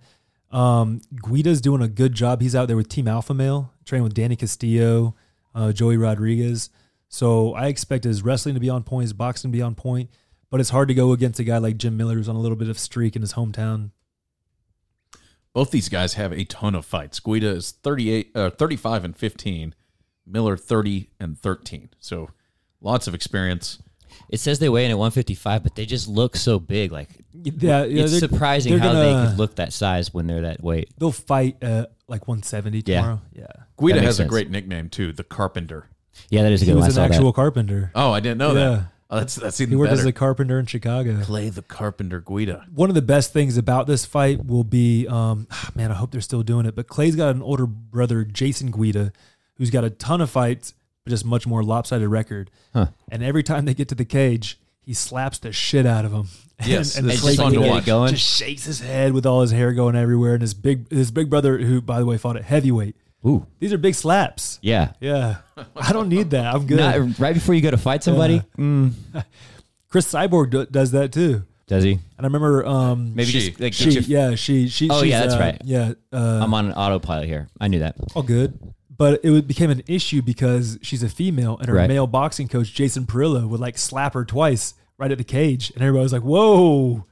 C: Um, Guida's doing a good job. He's out there with Team Alpha Male, training with Danny Castillo, uh, Joey Rodriguez. So I expect his wrestling to be on point, his boxing to be on point. But it's hard to go against a guy like Jim Miller, who's on a little bit of streak in his hometown.
A: Both these guys have a ton of fights. Guida is 38, uh, 35 and 15, Miller 30 and 13. So lots of experience.
B: It says they weigh in at 155, but they just look so big. Like
C: Yeah, yeah,
B: it's
C: they're-
B: surprising
C: they're
B: how
C: gonna-
B: they could look that size when they're that weight.
C: They'll fight uh, like 170
B: Yeah.
C: tomorrow. Yeah,
A: Guida
B: makes
A: has a
B: sense.
A: great nickname too, the Carpenter.
B: Yeah, that is a
C: he
B: good one. I
C: was
B: saw
C: an
B: that. Uh,
C: actual carpenter.
A: Oh, I didn't know
C: Yeah.
A: that. Oh, that's that's even
C: He worked
A: better.
C: as a carpenter in Chicago.
A: Play the Carpenter Guida.
C: one of the best things about this fight will be, um, man, I hope they're still doing it. But Clay's got an older brother, Jason Guida, who's got a ton of fights, but just much more lopsided record.
B: Huh.
C: And every time they get to the cage, he slaps the shit out of him.
A: Yes,
C: and, and
A: it's
C: Clay
A: just fun to
C: Guida
A: watch.
B: Going.
C: just shakes his head with all his hair going everywhere. And his big his big brother, who by the way fought at heavyweight,
B: Ooh,
C: these are big slaps.
B: yeah.
C: Yeah, I don't need that. I'm good.
B: Not, right before you go to fight somebody,
C: Uh-huh.
B: Mm.
C: Chris Cyborg do, does that too.
B: does he?
C: And I remember um,
B: Maybe
A: She.
B: just like
C: she,
B: get your,
C: yeah, she, she.
B: Oh,
C: she's,
B: yeah, that's
C: uh,
B: right.
C: Yeah, uh,
B: I'm on an autopilot here. I knew that.
C: all good. But it would- became an issue because she's a female, and her
B: Right.
C: male boxing coach Jason Perillo would like slap her twice right at the cage, and everybody was like, "Whoa,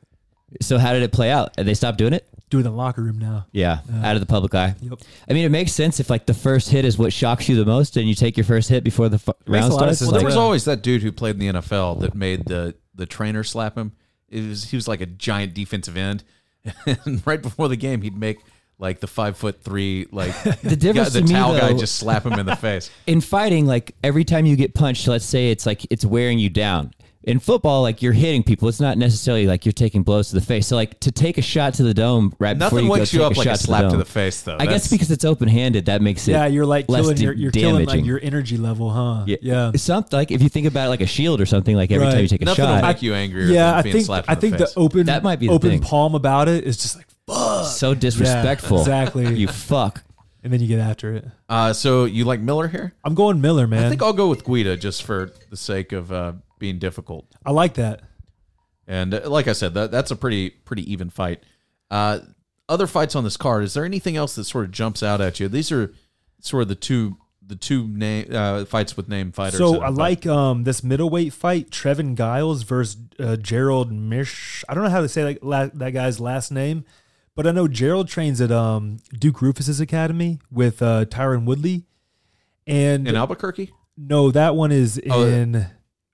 B: So how did it play out? Did they stop doing it?
C: do it in the locker room now."
B: Yeah, out of the public eye.
C: Uh-huh. Yep.
B: I mean, it makes sense if like the first hit is what shocks you the most, and you take your first hit before the f- round
C: a lot of
B: starts. Like,
C: sense.
A: Well, there was
C: Yeah.
A: always that dude who played in the NFL that made the the trainer slap him. It was he was like a giant defensive end, and right before the game, he'd make like the five foot three like the,
B: difference
A: guy, the
B: to me,
A: towel guy
B: though-
A: just slap him in the face.
B: in fighting, like every time you get punched, let's say it's like it's wearing you down. In football, like you're hitting people, it's not necessarily like you're taking blows to the face. So like to take a shot to the dome right before
A: Nothing
B: you
A: wakes
B: go
A: you
B: take
A: up like
B: shot
A: a slap to
B: dome.
A: the face, though.
B: I guess
A: That's-
B: because it's open handed, that makes it
C: Yeah, you're like
B: less
C: killing
B: da-
C: your, you're
B: damaging.
C: killing like your energy level, huh?
B: yeah,
C: yeah.
B: It's something like if you think about it like a shield or something. Like every
C: Right.
B: time you take a
A: nothing will
B: shot,
A: make you angrier
C: Yeah,
A: than
C: I
A: being
C: think
A: slapped in
C: I
A: the
C: think the
A: face.
C: open
B: That might be the
C: open
B: thing.
C: palm about it is just like fuck
B: so disrespectful.
C: Yeah, exactly.
B: You fuck.
C: and then you get after it.
A: uh, so you like Miller here?
C: I'm going Miller, man.
A: I
C: I,
A: think I'll go with Guida just for the sake of uh, being difficult.
C: like that.
A: And uh, like I said, that, that's a pretty pretty even fight. Uh, other fights on this card. Is there anything else that sort of jumps out at you? These are sort of the two the two name uh, fights with name fighters.
C: So
A: that are-
C: I like um, this middleweight fight, Trevin Giles versus uh, Gerald Mish. I don't know how to say that, la- that guy's last name, but I know Gerald trains at um, Duke Rufus's academy with uh, Tyron Woodley, and
A: in Albuquerque.
C: no, that one is
A: Oh, yeah.
C: in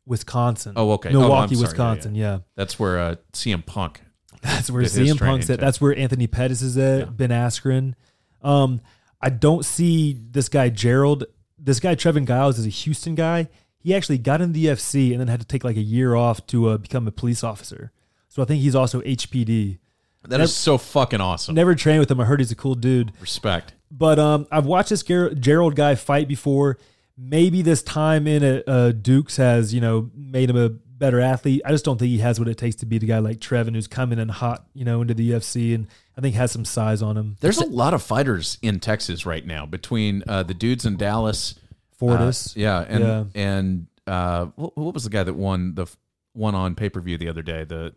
C: Wisconsin.
A: Oh, okay. Oh, I'm
C: Milwaukee,
A: sorry. Yeah,
C: Wisconsin. Yeah,
A: That's where uh, CM Punk.
C: that's where
A: Did his
C: CM
A: training
C: Punk's
A: too.
C: at. That's where Anthony Pettis is at. Ben Askren. Um, I don't see this guy Gerald. This guy Trevin Giles is a Houston guy. He actually got in the UFC and then had to take like a year off to uh, become a police officer. So I think he's also HPD.
A: That is so fucking awesome.
C: Never trained with him. I heard he's a cool dude.
A: Respect.
C: But um, I've watched this Ger- Gerald guy fight before. Maybe this time in at uh, Dukes has you know made him a better athlete. I just don't think he has what it takes to beat a guy like Trevin, who's coming in hot, you know, into the UFC, and I think has some size on him.
A: There's a lot of fighters in Texas right now between uh, the dudes in Dallas.
C: Fortis,
A: Uh, yeah, and
C: Yeah.
A: and uh, what, what was the guy that won the f- one on pay per view the other day? The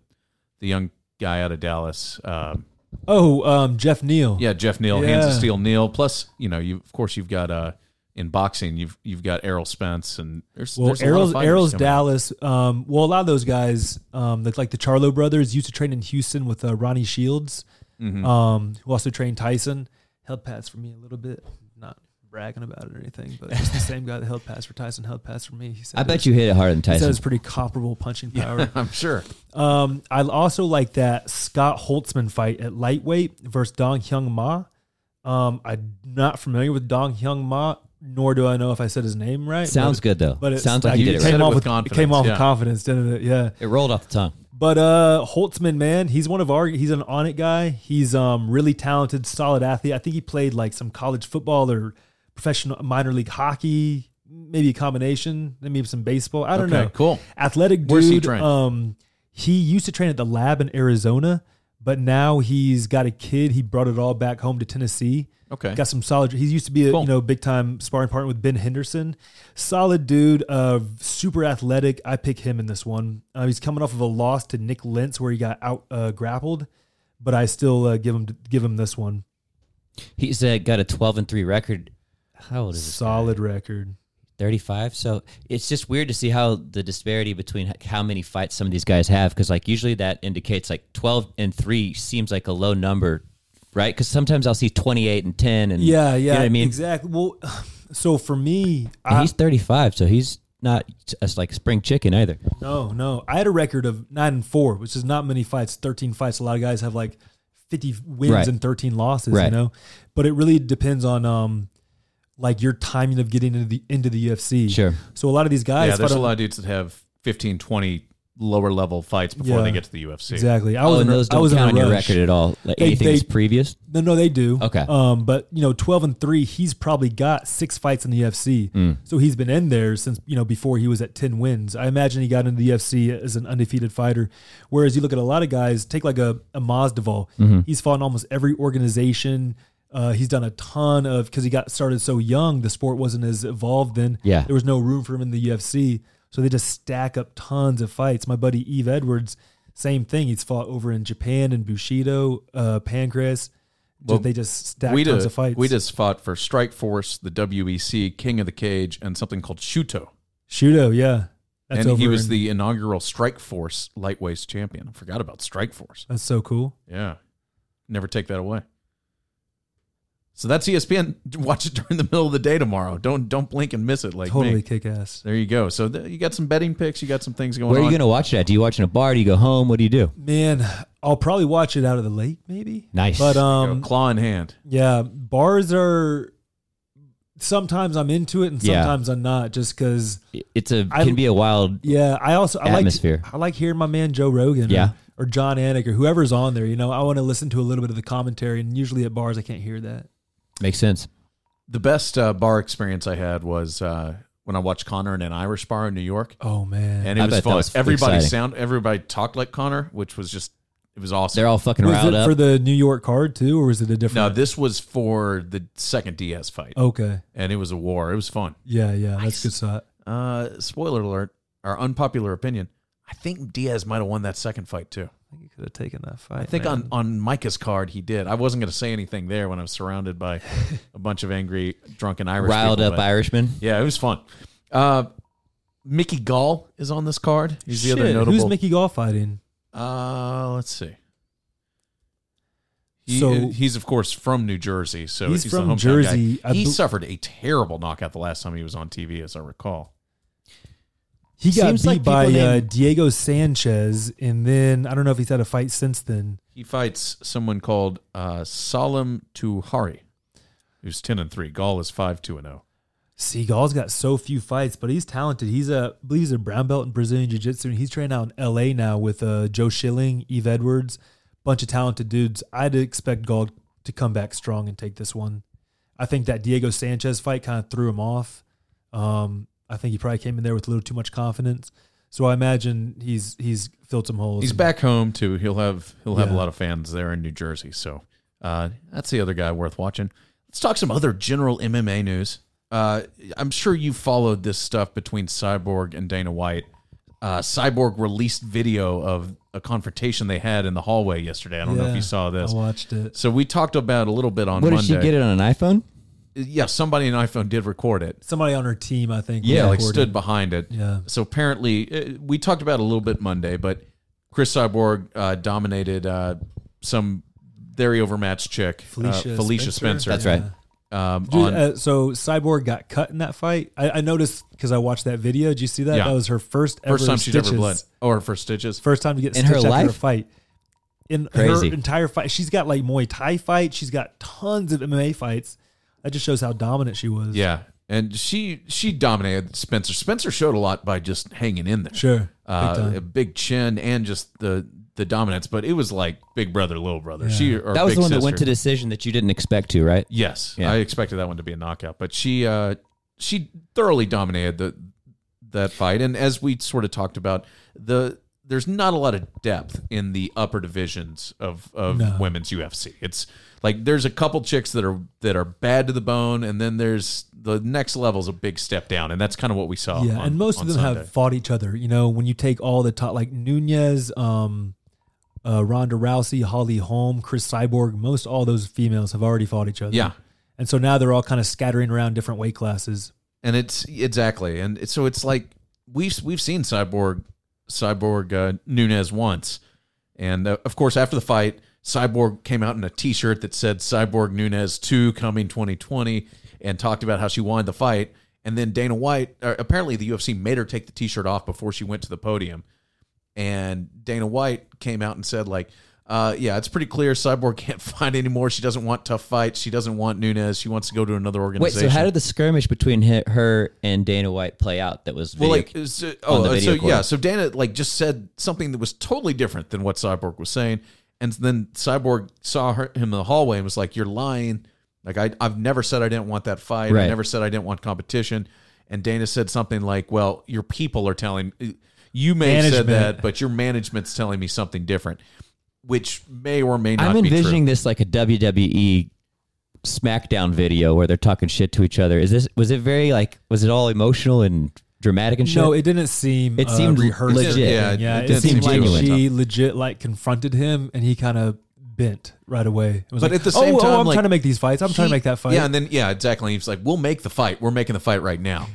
A: the young guy out of Dallas. Um,
C: Oh, um, Jeff Neal.
A: yeah, Jeff Neal, Hands of
C: Yeah.
A: Steel Neal. Plus, you know, you of course you've got uh in boxing you've you've got Errol Spence and there's
C: Well,
A: there's a lot of
C: Errol's,
A: fighters
C: Errol's
A: coming out.
C: Dallas. Um, well, a lot of those guys, um, like, like the Charlo brothers, used to train in Houston with uh, Ronnie Shields,
A: Mm-hmm.
C: um, who also trained Tyson. Held pass for me a little bit. Not bragging about it or anything, but it's the same guy that held pass for Tyson, held pass for me. He said
B: I bet you hit it harder than
C: He said
B: Tyson.
C: it's pretty comparable punching power.
A: I'm sure.
C: um, I also like that Scott Holtzman fight at lightweight versus Dong Hyung Ma. Um, I'm not familiar with Dong Hyung Ma, nor do I know if I said his name right.
B: Sounds
C: but-
B: good though.
C: but it
B: Sounds like
A: you
B: you did it
A: said it
B: right.
C: came off
A: with
C: with It came
A: confidence,
C: off
A: yeah.
C: with confidence, didn't it? Yeah.
B: It rolled off the tongue.
C: But uh, Holtzman, man, he's one of our. He's an on it guy. He's um really talented, solid athlete. I think he played like some college football or professional minor league hockey. maybe a combination, maybe some baseball. I don't
A: okay,
C: know.
A: cool.
C: Athletic dude.
A: Where's he trained?
C: Um, he used to train at the lab in Arizona, but now he's got a kid. He brought it all back home to Tennessee.
A: Okay.
C: Got some solid. He used to be a
A: Cool.
C: you know big time sparring partner with Ben Henderson. Solid dude, uh, super athletic. I pick him in this one. Uh, he's coming off of a loss to Nick Lentz where he got out uh, grappled, but I still uh, give him give him this one.
B: He's uh, got a 12 and 3 record. How old is this?
C: Solid record.
B: 35. So it's just weird to see how the disparity between h- how many fights some of these guys have. Cause like usually that indicates like 12 and 3 seems like a low number, right? Cause sometimes I'll see 28 and 10. And
C: Yeah, yeah.
B: You know what I mean?
C: exactly. Well, so for me,
B: And
C: I,
B: he's 35. So he's not as like spring chicken either.
C: No, no. I had a record of nine and four, which is not many fights. Thirteen fights. A lot of guys have like fifty wins
B: Right.
C: and thirteen losses. You
B: Right.
C: know, but it really depends on um, like your timing of getting into the into the UFC.
B: Sure.
C: So a lot of these guys,
A: yeah, there's
C: fought
A: a
C: on-
A: lot of dudes that have 15, 20 lower level fights before
C: Yeah.
A: they get to the UFC.
C: exactly. I
B: Oh,
C: was.
B: and
C: in a-
B: those
C: I
B: don't
C: was in a
B: count on your
C: rush.
B: record at all. Like
C: They-
B: anything
C: they-
B: that's previous.
C: No, no, they do.
B: Okay.
C: Um, but you know, twelve and three, he's probably got six fights in the UFC.
B: Mm.
C: So he's been in there since you know before he was at ten wins. I imagine he got into the UFC as an undefeated fighter. Whereas you look at a lot of guys, take like a, a Mazdeval.
B: Mm-hmm.
C: He's fought in almost every organization. Uh, he's done a ton of because he got started so young. The sport wasn't as evolved then.
B: Yeah.
C: there was no room for him in the UFC. So they just stack up tons of fights. My buddy Eve Edwards, same thing. He's fought over in Japan and Bushido, uh, Pancras.
A: Well,
C: Well, they just stack
A: We
C: tons
A: just,
C: of fights.
A: we just fought for Strike Force, the WEC, King of the Cage, and something called Shuto.
C: Shudo, yeah. That's
A: and he
C: over
A: was
C: in-
A: the inaugural Strike Force lightweight champion. I forgot about Strike Force.
C: That's so cool.
A: Yeah. Never take that away. So that's E ESPN. Watch it during the middle of the day tomorrow. Don't don't blink and miss it like
C: totally
A: me.
C: kick ass.
A: There you go. So th- you got some betting picks. You got some things going
B: Where are you
A: on.
B: going to watch it at? Do you watch in a bar? Do you go home? What do you do?
C: Man, I'll probably watch it out of the lake, maybe.
B: Nice.
C: But
A: There you
C: um,
A: go. claw in hand.
C: yeah, bars are. Sometimes I'm into it, and
B: Yeah.
C: sometimes I'm not, just because.
B: It's a,
C: I-
B: can be a wild.
C: Yeah, I also I
B: Atmosphere.
C: like I like hearing my man Joe Rogan,
B: Yeah.
C: or, or John Anik, or whoever's on there. You know, I want to listen to a little bit of the commentary, and usually at bars I can't hear that.
B: Makes sense.
A: The best uh, bar experience I had was uh, when I watched Connor in an Irish bar in New York,
C: Oh man,
A: and it
B: I
A: was
B: bet that
A: fun.
B: was
A: everybody
B: exciting.
A: sound, everybody talked like Connor, which was just it was awesome.
B: They're all fucking
C: was
B: riled
C: it
B: up.
C: for the New York card too, or was it a
A: no,
C: different?
A: this was for the second Diaz fight,
B: Oh.
C: okay,
A: and it was a war. It was fun.
C: yeah, yeah, that's good shot.
A: Uh, spoiler alert, our unpopular opinion. I think Diaz might have won that second fight too.
C: I think he could have taken that fight.
A: I think on, on Micah's card he did. I wasn't going to say anything there when I was surrounded by a bunch of angry, drunken Irish.
B: riled
A: people,
B: up
A: but-
B: Irishman.
A: Yeah, it was fun. Uh, Mickey Gall is on this card. He's the other notable.
C: Who's Mickey Gall fighting?
A: Uh, let's see. He,
C: So-
A: he's of course from New Jersey, so
C: He's
A: he's,
C: from
A: the hometown
C: Jersey.
A: Guy.
C: I
A: He
C: bel-
A: suffered a terrible knockout the last time he was on TV, as I recall.
C: He got
B: Seems
C: beat
B: like people
C: by uh,
B: named-
C: Diego Sanchez, and then I don't know if he's had a fight since then.
A: He fights someone called uh, Salam Tuhari, who's ten and three. Gall is five two and oh. zero.
C: See, Gall's got so few fights, but he's talented. He's a I believe he's a brown belt in Brazilian Jiu Jitsu, and he's training out in L.A. now with uh, Joe Schilling, Eve Edwards, bunch of talented dudes. I'd expect Gall to come back strong and take this one. I think that Diego Sanchez fight kind of threw him off. Um, I think he probably came in there with a little too much confidence. So I imagine he's he's filled some holes.
A: He's
C: and-
A: back home too. He'll have he'll have a
C: Yeah.
A: lot of fans there in New Jersey. So uh, that's the other guy worth watching. Let's talk some other general MMA news. Uh, I'm sure you followed this stuff between Cyborg and Dana White. Uh, Cyborg released video of a confrontation they had in the hallway yesterday. I don't know if
C: Yeah,
A: you saw this.
C: I watched it.
A: So we talked about it a little bit on
B: What did
A: Monday.
B: she get it on an iPhone?
A: Yeah, somebody in iPhone did record it.
C: somebody on her team, I think.
A: Yeah, like
C: recorded.
A: stood behind it.
C: Yeah.
A: So apparently, uh, we talked about it a little bit Monday, but Chris Cyborg uh, dominated uh, some very overmatched chick,
C: Felicia
A: uh, Felicia Spencer.
C: Spencer.
B: That's right.
A: Um,
C: Dude,
A: on-
C: uh, so Cyborg got cut in that fight. I, I noticed because I watched that video. Did you see that?
A: Yeah.
C: That was her first ever
A: first time she's ever
C: stitches.
A: bled, or first stitches.
C: First time to get
B: In her
C: stitched after
B: life?
C: a fight. In
B: Crazy.
C: her entire fight, she's got like Muay Thai fights. She's got tons of MMA fights. That just shows how dominant she was.
A: Yeah, and she she dominated Spencer. Spencer showed a lot by just hanging in there.
C: sure. Big
A: Uh,
C: time.
A: a big chin and just the the dominance, but it was like big brother, little brother. She or
B: That was
A: big
B: the one that went
A: sister.
B: to decision that you didn't expect to, right?
A: Yes,
B: Yeah.
A: I expected that one to be a knockout, but she uh, she thoroughly dominated the that fight. And as we sort of talked about, the there's not a lot of depth in the upper divisions of of
C: No.
A: women's UFC. It's like there's a couple chicks that are that are bad to the bone, and then there's the next level's a big step down, and that's kind of what we saw.
C: Yeah,
A: on-
C: and most
A: on
C: of them
A: Sunday.
C: have fought each other. You know, when you take all the top, like Nunez, um, uh, Ronda Rousey, Holly Holm, Chris Cyborg, most all those females have already fought each other.
A: Yeah,
C: and so now they're all kind of scattering around different weight classes.
A: and it's exactly, and it's, so it's like we've we've seen Cyborg Cyborg uh, Nunez once, and uh, of course after the fight, Cyborg came out in a T-shirt that said Cyborg Nunez Two Coming 2020, and talked about how she wanted the fight. And then Dana White, uh, apparently the UFC made her take the T-shirt off before she went to the podium, and Dana White came out and said like. Uh, yeah, it's pretty clear Cyborg can't fight anymore. She doesn't want tough fights. She doesn't want Nunez. She wants to go to another
B: Wait,
A: organization.
B: so how did the skirmish between hi- her and Dana White play out? That was
A: Well,
B: video-
A: like, so, oh, uh,
B: the
A: so
B: video
A: yeah,
B: court.
A: so Dana like just said something that was totally different than what Cyborg was saying, and then Cyborg saw her, him in the hallway and was like, "You're lying. Like, I I've never said I didn't want that fight. I
B: Right.
A: never said I didn't want competition." And Dana said something like, "Well, your people are telling you may have said
C: Management.
A: that, but your management's telling me something different." Which may or may not
B: I'm
A: be true.
B: envisioning this like a WWE SmackDown video where they're talking shit to each other. Is this was it very like was it all emotional and dramatic and shit?
C: No, it didn't seem.
B: It
C: uh,
B: seemed
C: rehearsed.
B: legit.
A: Yeah,
C: Yeah, yeah,
A: it
C: it,
A: didn't
C: seemed
B: seem
C: like
B: genuine.
C: she legit like confronted him, and he kind of bent right away. It was
A: But
C: like,
A: at the same
C: oh,
A: time,
C: oh, I'm
A: like,
C: trying to make these fights. I'm trying
A: He-
C: to make that fight.
A: Yeah, and then yeah, exactly. He's like, "We'll make the fight. We're making the fight right now."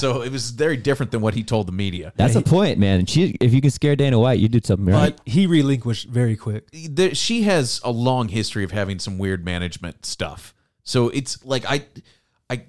A: so it was very different than what he told the media.
B: That's the point, man. She, if you can scare Dana White, you did something right.
C: but he relinquished very quick.
A: There, she has a long history of having some weird management stuff. So it's like I, I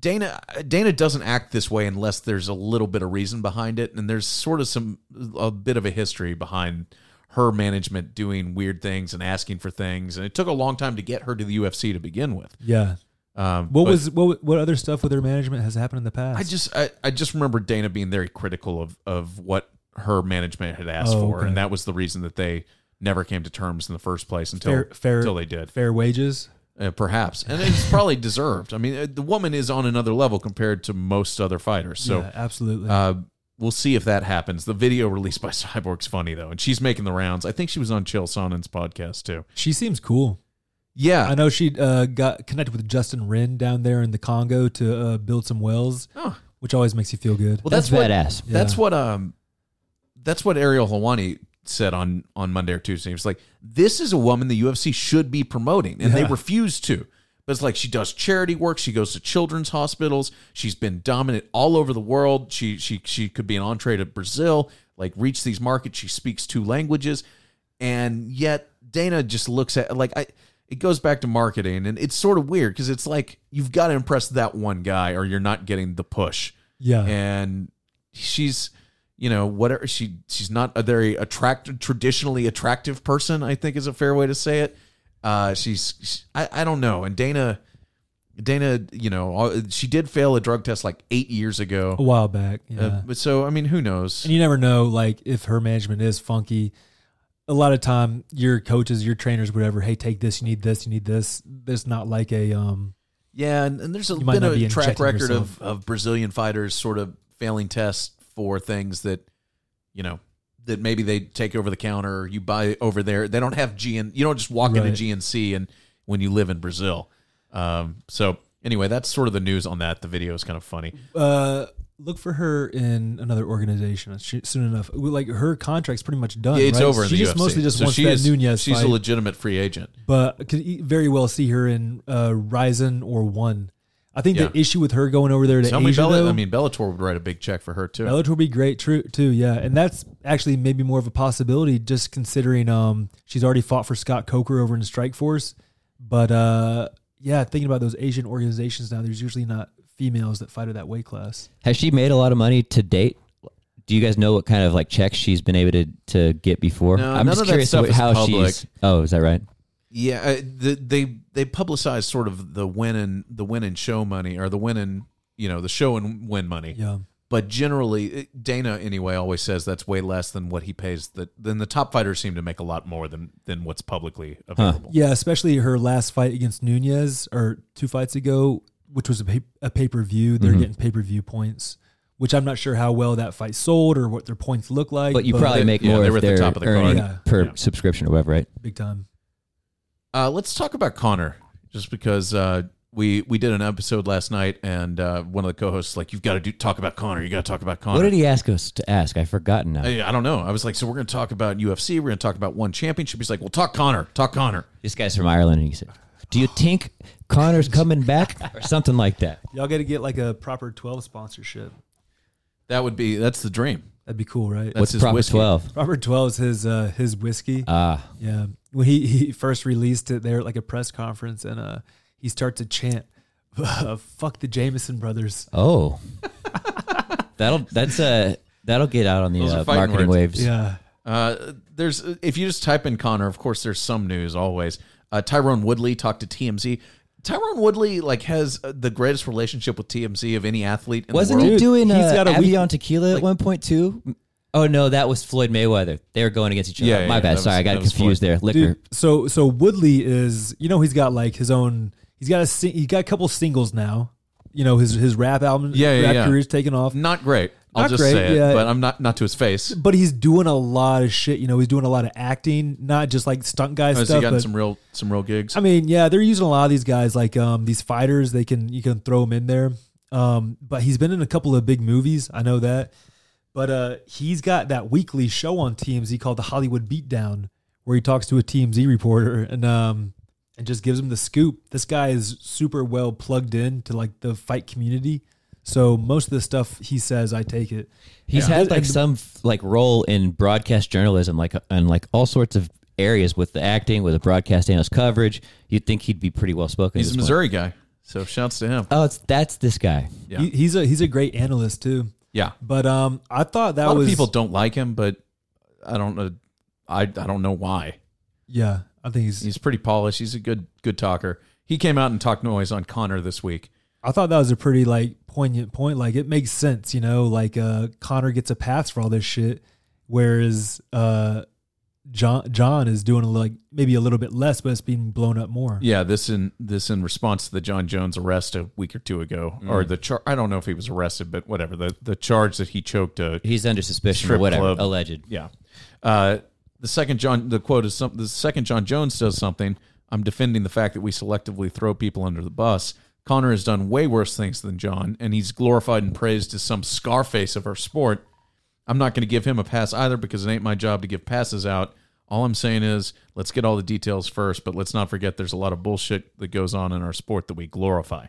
A: Dana Dana doesn't act this way unless there's a little bit of reason behind it, and there's sort of some a bit of a history behind her management doing weird things and asking for things, and it took a long time to get her to the UFC to begin with.
C: Yeah.
A: Um,
C: What
A: but-
C: was what? What other stuff with her management has happened in the past?
A: I just I, I just remember Dana being very critical of of what her management had asked
C: Oh,
A: for,
C: okay.
A: and that was the reason that they never came to terms in the first place until
C: fair, fair,
A: until they did,
C: fair wages.
A: uh, perhaps, and it's probably deserved. I mean, uh, the woman is on another level compared to most other fighters, so.
C: yeah, absolutely.
A: Uh, We'll see if that happens. The video released by Cyborg's funny though, and she's making the rounds. I think she was on Chill Sonnen's podcast too.
C: she seems cool.
A: Yeah.
C: I know she uh, got connected with Justin Wren down there in the Congo to uh, build some wells,
A: Oh.
C: which always makes you feel good.
A: Well,
B: that's,
A: that's what-
B: badass.
C: Yeah.
A: That's what um that's what Ariel Hawani said on on Monday or Tuesday. He was like, this is a woman the UFC should be promoting, and they
C: Yeah.
A: refuse to. But it's like she does charity work, she goes to children's hospitals, she's been dominant all over the world. She she she could be an entree to Brazil, like reach these markets, she speaks two languages, and yet Dana just looks at like I it goes back to marketing and it's sort of weird because it's like you've got to impress that one guy or you're not getting the push
C: Yeah,
A: and she's you know whatever she she's not a very attractive traditionally attractive person i think is a fair way to say it uh she's she, I, I don't know and dana dana you know all- she did fail a drug test like eight years
C: a
A: ago
C: while back. Oh, Yeah.
A: uh, but so i mean who knows
C: and you never know, like if her management is funky. A lot of time, your coaches, your trainers, whatever. Hey, take this. You need this. You need this. There's not like a um.
A: yeah and, and there's a
C: You might
A: bit
C: not
A: of
C: be
A: track
C: injecting
A: record of,
C: yourself.
A: of brazilian fighters sort of failing tests for things that you know that maybe they take over the counter or you buy over there they don't have gn you don't just walk
C: Right.
A: into gnc and when you live in brazil um, so anyway that's sort of the news on that the video is kind of funny
C: Uh, look for her in another organization she, soon enough. Like her contract's pretty much done.
A: it's
C: right?
A: over in
C: She
A: the
C: just
A: UFC.
C: mostly just
A: So
C: wants
A: she
C: that
A: is-
C: Nunez
A: she's
C: fight.
A: a legitimate free agent
C: but could e- very well see her in uh, Ryzen or One. I think
A: Yeah.
C: the issue with her going over there to
A: Tell me
C: Asia,
A: Bella,
C: though,
A: i mean bellator would write a big check for her too
C: Bellator would be great true, too. Yeah, and that's actually maybe more of a possibility, just considering um she's already fought for Scott Coker over in Strikeforce. But uh, yeah, thinking about those Asian organizations now, there's usually not females that fight at that weight class.
B: Has she made a lot of money to date? Do you guys know what kind of like checks she's been able to, to get before?
A: No,
B: I'm
A: none
B: just
A: of that
B: curious
A: stuff
B: what-
A: is
B: how
A: public.
B: she's. Oh, is that right?
A: Yeah, uh, the, they they publicize sort of the win and the win and show money, or the win and you know the show and win money.
C: Yeah,
A: But generally, it- Dana anyway always says that's way less than what he pays. That then the top fighters seem to make a lot more than than what's publicly available.
C: yeah, especially her last fight against Nunez or two fights ago which was a, pay, a pay-per-view. They're
B: Mm-hmm.
A: Mhm.
C: getting pay-per-view points, which I'm not sure how well that fight sold or what their points look like.
B: But you probably make
A: yeah,
B: more
A: they
B: if
A: were at the
B: they're
A: top of the
B: earning
C: card. Yeah,
B: per
A: yeah.
B: subscription or whatever, right?
C: big time.
A: Uh, let's talk about Connor, just because uh, we we did an episode last night, and uh, one of the co-hosts was like, "You've got to do talk about Connor. You got to talk about Connor."
B: What did he ask us to ask? I've forgotten now.
A: I, I don't know. I was like, "So we're going to talk about UFC. We're going to talk about one championship." He's like, "Well, talk Connor. Talk Connor."
B: This guy's from Ireland, and he said, "Do you think Connor's coming back or something like that?"
C: Y'all got to get like a proper 12 sponsorship.
A: That would be that's the dream.
C: That'd be cool, right?
A: That's
B: What's
A: his
B: Proper
A: whiskey.
B: Twelve?
C: Robert Twelve is his uh, his whiskey.
B: Ah,
C: Yeah, when he, he first released it, they were at like a press conference, and uh, he starts to chant, uh, "Fuck the Jameson brothers."
B: oh, that'll that's uh, that'll get out on the
A: Those are
B: uh,
A: fighting
B: marketing
A: words.
B: waves.
C: Yeah,
A: Uh, there's if you just type in Connor, of course, there's some news always. Uh, Tyrone Woodley talked to TMZ. Tyrone Woodley like has uh, the greatest relationship with TMZ of any athlete. In
B: Wasn't
A: the world.
B: he doing
C: he's
B: uh,
C: got a weak-
B: Avion Tequila at one point too? Oh no, that was Floyd Mayweather. They were going against each other.
A: Yeah, yeah,
B: My
A: yeah,
B: bad.
A: that
B: Sorry,
A: was-
B: I got
A: that was
B: confused there. Liquor.
C: dude. So so Woodley is, you know, he's got like his own. He's got a sing- he got a couple singles now. You know his his rap album,
A: Yeah, yeah,
C: rap
A: yeah.
C: career's taken off.
A: Not great. I'll
C: Not
A: just
C: great,
A: say it,
C: yeah.
A: but I'm not not to his face.
C: But he's doing a lot of shit. You know, he's doing a lot of acting, not just like stunt guy
A: Has Oh, he
C: stuff.
A: gotten
C: But,
A: some real some real gigs?
C: I mean, yeah, they're using a lot of these guys like um these fighters. They can you can throw them in there. Um, but he's been in a couple of big movies. I know that. But uh, he's got that weekly show on TMZ called the Hollywood Beatdown, where he talks to a TMZ reporter and um and just gives him the scoop. This guy is super well plugged in to like the fight community. So most of the stuff he says, I take it.
B: He's
C: Yeah.
B: had like
C: And-
B: some f- like role in broadcast journalism, like and like all sorts of areas with the acting, with the broadcast analyst coverage. You'd think he'd be pretty well spoken. at
A: He's a
B: this point.
A: Missouri guy, so shouts to him.
B: Oh, it's, that's this guy.
A: Yeah.
C: He, he's a he's a great analyst too.
A: Yeah,
C: But um, I thought that
A: a lot
C: was
A: of people don't like him, but I don't know. I I don't know why.
C: Yeah, I think he's
A: He's pretty polished. He's a good good talker. He came out and talked noise on Connor this week.
C: I thought that was a pretty like poignant point. Like it makes sense, you know, like uh Connor gets a pass for all this shit, whereas uh John John is doing like maybe a little bit less, but it's being blown up more.
A: Yeah, this in this in response to the John Jones arrest a week or two ago, or the char- I don't know if he was arrested, but whatever the the charge that he choked a
B: He's under suspicion
A: Strip
B: or whatever,
A: club.
B: alleged.
A: yeah. Uh, the second John the quote is some the second John Jones does something. I'm defending the fact that we selectively throw people under the bus. Connor has done way worse things than John, and he's glorified and praised as some Scarface of our sport. I'm not going to give him a pass either because it ain't my job to give passes out. All I'm saying is let's get all the details first, but let's not forget there's a lot of bullshit that goes on in our sport that we glorify.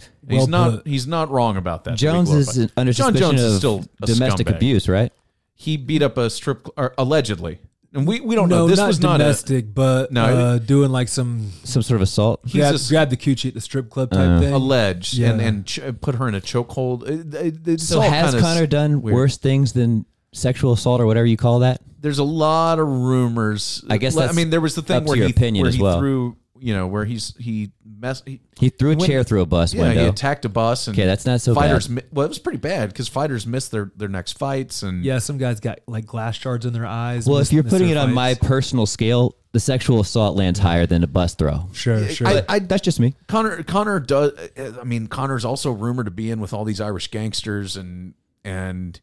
A: And he's
C: Well
A: not
C: put.
A: he's not wrong about that. that we
B: Jones is
A: glorify.
B: an- under
A: John
B: suspicion
A: Jones
B: of
A: is still a
B: domestic
A: scumbag.
B: abuse, right?
A: He beat up a strip cl- or allegedly, and we, we don't
C: No,
A: know. This
C: not
A: was not a
C: domestic, but
A: No,
C: uh, doing like some
B: Some sort of assault.
C: grab,
A: just-
C: grab the coochie at the strip club type
B: Uh-huh.
C: thing.
A: alleged
C: Yeah.
A: and and ch- put her in a chokehold. It- it- it's
B: So
A: all
B: has
A: kinda s-
B: Connor done
A: weird.
B: worse things than sexual assault or whatever you call that?
A: There's a lot of rumors.
B: I guess
A: Le- I
B: that's
A: mean there was the thing
B: up to
A: where
B: your
A: he
B: opinion
A: where
B: as
A: he
B: well.
A: threw you know where he's he mess. He,
B: He threw a
A: When-
B: chair through a bus
A: yeah,
B: window.
A: he attacked a bus and
B: Okay, that's not so bad.
A: fighters. mi- Well, it was pretty bad because fighters missed their their next fights and
C: yeah, some guys got like glass shards in their eyes.
B: well,
C: miss-
B: if you're
C: miss
B: putting it
C: their
B: on my
C: fights.
B: personal scale, the sexual assault lands higher than a bus throw.
C: sure, sure.
A: I-
B: that's just me.
A: Connor Connor does. I mean, Connor's also rumored to be in with all these Irish gangsters, and and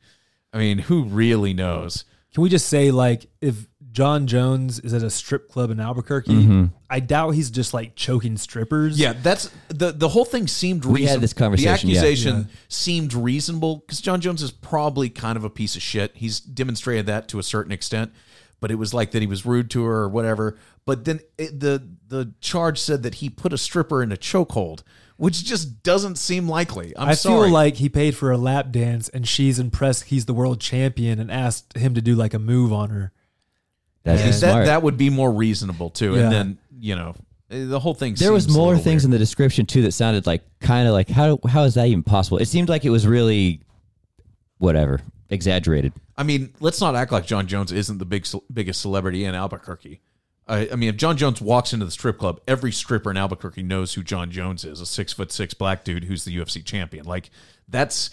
A: I mean, who really knows?
C: Can we just say like if John Jones is at a strip club in Albuquerque,
B: Mm-hmm.
C: I doubt he's just like choking strippers.
A: Yeah, that's the the whole thing seemed.
B: We had
A: reason-
B: this conversation,
A: The
B: yeah.
A: accusation seemed reasonable because John Jones is probably kind of a piece of shit. He's demonstrated that to a certain extent, but it was like that he was rude to her or whatever. But then it, the the charge said that he put a stripper in a chokehold, which just doesn't seem likely. I'm
C: i
A: sorry.
C: feel like he paid for a lap dance and she's impressed he's the world champion and asked him to do like a move on her.
B: That's
A: Yeah, that
B: smart.
A: that would be more reasonable too.
C: Yeah.
A: And then you know eh, the whole thing.
B: there was
A: seems a
B: more
A: little
B: things
A: weird.
B: in the description too that sounded like kind of like how how is that even possible? It seemed like it was really whatever exaggerated.
A: I mean, let's not act like John Jones isn't the big ce- biggest celebrity in Albuquerque. I, I mean, if John Jones walks into the strip club, every stripper in Albuquerque knows who John Jones is—a six foot six black dude who's the UFC champion. Like that's.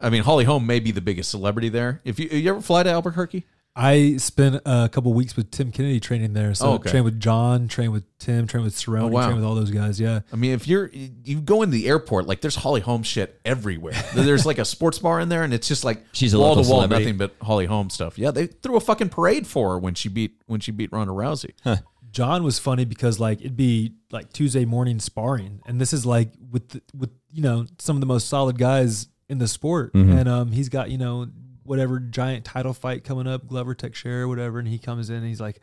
A: I mean, Holly Holm may be the biggest celebrity there. If you, you ever fly to Albuquerque,
C: I spent a couple weeks with Tim Kennedy training there. So
A: Oh, okay.
C: trained with John, trained with Tim, trained with Cerrone,
A: Oh, wow.
C: trained with all those guys. Yeah.
A: I mean, if you're you go into the airport, like there's Holly Holm shit everywhere. There's like a sports bar in there, and it's just like
B: She's a
A: wall
B: local
A: to wall,
B: celebrity.
A: nothing but Holly Holm stuff. Yeah, they threw a fucking parade for her when she beat when she beat Ronda Rousey.
C: John was funny because like it'd be like Tuesday morning sparring, and this is like with the, with you know some of the most solid guys in the sport,
B: Mm-hmm.
C: and um he's got you know whatever giant title fight coming up, Glover Teixeira, whatever, and he comes in and he's like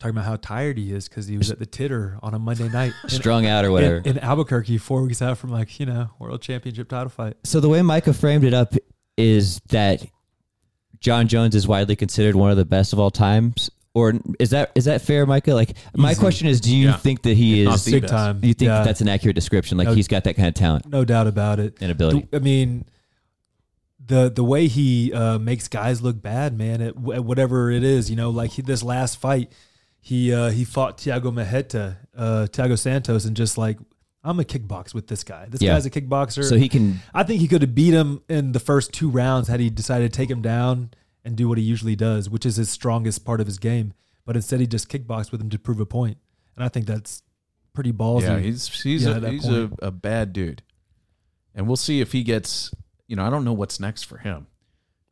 C: talking about how tired he is because he was at the titter on a Monday night in,
B: strung out or whatever.
C: in, in Albuquerque, four weeks out from like you know world championship title fight.
B: so the way Micah framed it up is that John Jones is widely considered one of the best of all times, or is that is that fair, Micah? Like my
C: Easy.
B: question is, do you
A: Yeah.
B: think that he
A: If not
B: is?
A: the
B: Do
C: Big
A: best.
C: time.
B: you think
C: Yeah.
B: that that's an accurate description? Like
C: No.
B: he's got that kind of talent
C: no doubt about it?
B: and ability.
C: The- I mean, the the way he uh, makes guys look bad, man, at, wh- at whatever it is, you know, like he, this last fight, he uh, he fought Tiago Mejeta, uh, Tiago Santos, and just like I'm a kickbox with this guy. This
B: Yeah.
C: guy's a kickboxer.
B: So he can.
C: I think he could have beat him in the first two rounds had he decided to take him down and do what he usually does, which is his strongest part of his game. But instead, he just kickboxed with him to prove a point, and I think that's pretty ballsy.
A: Yeah, he's he's
C: Yeah, at
A: a,
C: that
A: he's a, a bad dude, and we'll see if he gets. You know, I don't know what's next for him.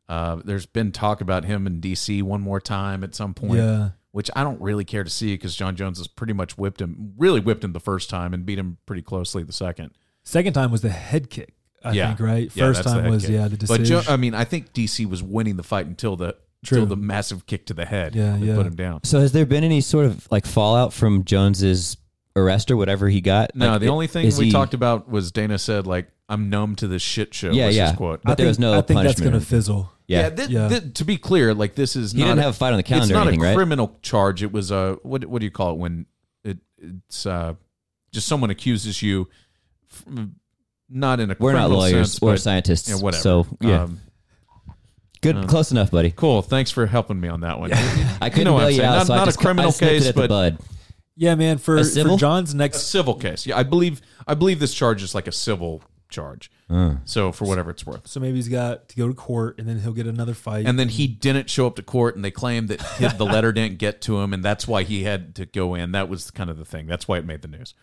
A: Uh, there's been talk about him in DC one more time at some point,
C: yeah.
A: which I don't really care to see because John Jones has pretty much whipped him, really whipped him the first time and beat him pretty closely the second.
C: Second time was the head kick, I
A: Yeah.
C: think, right?
A: Yeah,
C: First
A: that's the
C: time
A: head
C: was
A: kick.
C: yeah the
A: But
C: decision.
A: Joe,
B: uh,
A: I mean, I think DC was winning the fight until the
C: True.
A: until the massive kick to the head
C: Yeah,
A: that
C: yeah.
A: put him down.
B: So has there been any sort of like fallout from Jones's arrest or whatever he got?
A: No,
B: Like,
A: the
B: it-
A: only thing
B: is
A: we
B: he-
A: talked about was Dana said like I'm numb to this shit show.
B: Yeah,
A: was
B: yeah.
A: His quote.
B: but
C: I
B: there
C: think,
B: was no
C: I think that's
B: punishment or
C: going to
B: anything.
C: fizzle.
A: Yeah,
B: Yeah,
A: thi-
C: Yeah.
A: thi- to be clear, like this is
B: he
A: not
B: didn't have a fight on the
A: it's
B: calendar or
A: not
B: anything,
A: a
B: right?
A: criminal charge. It was a what what do you call it when it it's uh just someone accuses you, f- not in a
B: We're not
A: criminal
B: lawyers
A: sense,
B: or
A: but,
B: scientists,
A: yeah, whatever.
B: So yeah,
A: Um,
B: good,
A: um,
B: close enough, buddy.
A: cool. Thanks for helping me on that one.
B: I couldn't
A: know what
B: bail
A: I'm
B: you
A: saying.
B: out,
A: Not-
B: so
A: not
B: I
A: a
B: just cut-
A: criminal
B: I snipped it
A: case,
B: at the
A: but-
B: bud.
C: Yeah, man. For,
B: A
C: for
B: civil?
C: John's
A: a
C: next,
A: civil case. Yeah, I believe I believe this charge is like a civil charge.
B: Uh.
A: So for whatever it's worth.
C: so maybe he's got to go to court, and then he'll get another fight.
A: And then he didn't show up to court, and they claimed that his, the letter didn't get to him, and that's why he had to go in. That was kind of the thing. That's why it made the news.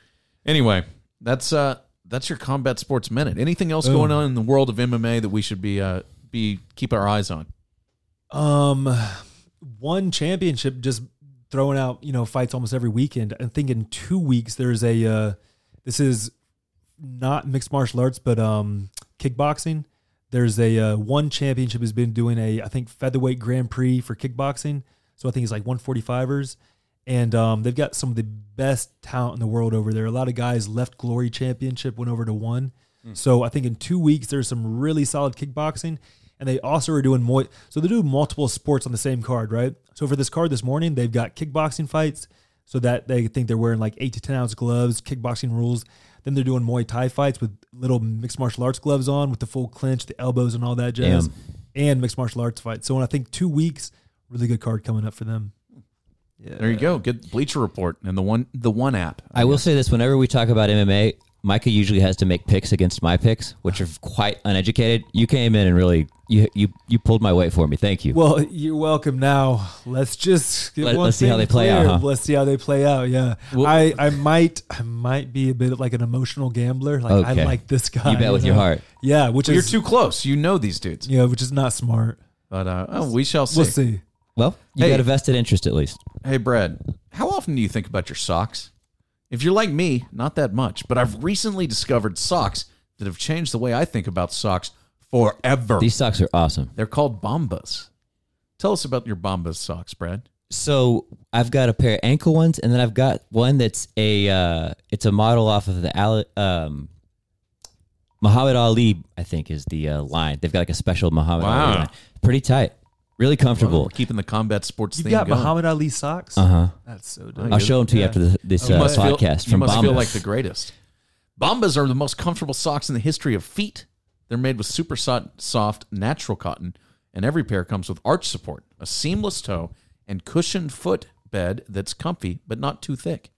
A: Anyway, that's uh that's your combat sports minute. Anything else going on in the world of MMA that we should be uh be keep our eyes on?
C: um, one championship just throwing out you know fights almost every weekend. I think in two weeks there's a. Uh, this is not mixed martial arts, but um, kickboxing. There's a uh, one championship has been doing a I think featherweight grand prix for kickboxing. So I think it's like 145ers, and um, they've got some of the best talent in the world over there. A lot of guys left Glory Championship went over to one. Mm. So I think in two weeks there's some really solid kickboxing, and they also are doing Muay. So they do multiple sports on the same card, right? So for this card this morning, they've got kickboxing fights so that they think they're wearing like eight to ten ounce gloves, kickboxing rules. Then they're doing Muay Thai fights with little mixed martial arts gloves on, with the full clinch, the elbows, and all that jazz,
B: Damn.
C: and mixed martial arts fights. So in I think two weeks, really good card coming up for them.
A: There you go. Get Bleacher Report and the one the one app.
B: I will say this: whenever we talk about MMA, Micah usually has to make picks against my picks, which are quite uneducated. You came in and really you you you pulled my weight for me. Thank you.
C: Well, you're welcome. Now let's just get
B: Let-
C: one
B: let's see how they
C: thing
B: play out,
C: clear.
B: huh?
C: Let's see how they play out. Yeah,
A: Well-
C: I, I might I might be a bit of like an emotional gambler. Like I
B: Okay.
C: like this guy.
B: You bet with your
C: know?
B: heart.
C: Yeah, which
A: You're
C: is
A: too close. You know these dudes.
C: yeah, which is not smart.
A: But uh, oh, we shall see.
C: We'll see.
B: Well, you
A: Hey.
B: got a vested interest at least.
A: Hey, Brad, how often do you think about your socks? If you're like me, not that much, but I've recently discovered socks that have changed the way I think about socks forever.
B: These socks are awesome.
A: They're called Bombas. Tell us about your Bombas socks, Brad.
B: So I've got a pair of ankle ones, and then I've got one that's a uh, it's a model off of the Ali, um, Muhammad Ali. I think is the uh, line. They've got like a special Muhammad
A: Wow.
B: Ali line. Pretty tight, really comfortable.
A: Keeping the combat sports
C: You
A: thing
C: got
A: going.
C: Muhammad Ali socks.
B: Uh huh.
C: That's so
A: Nice.
C: dope.
B: I'll show them to you after the, this
A: You
B: uh,
A: must feel-
B: podcast
A: you
B: from
A: must
B: Bombas.
A: feel like the greatest. Bombas are the most comfortable socks in the history of feet. They're made with super so- soft, natural cotton, and every pair comes with arch support, a seamless toe, and cushioned foot bed that's comfy but not too thick.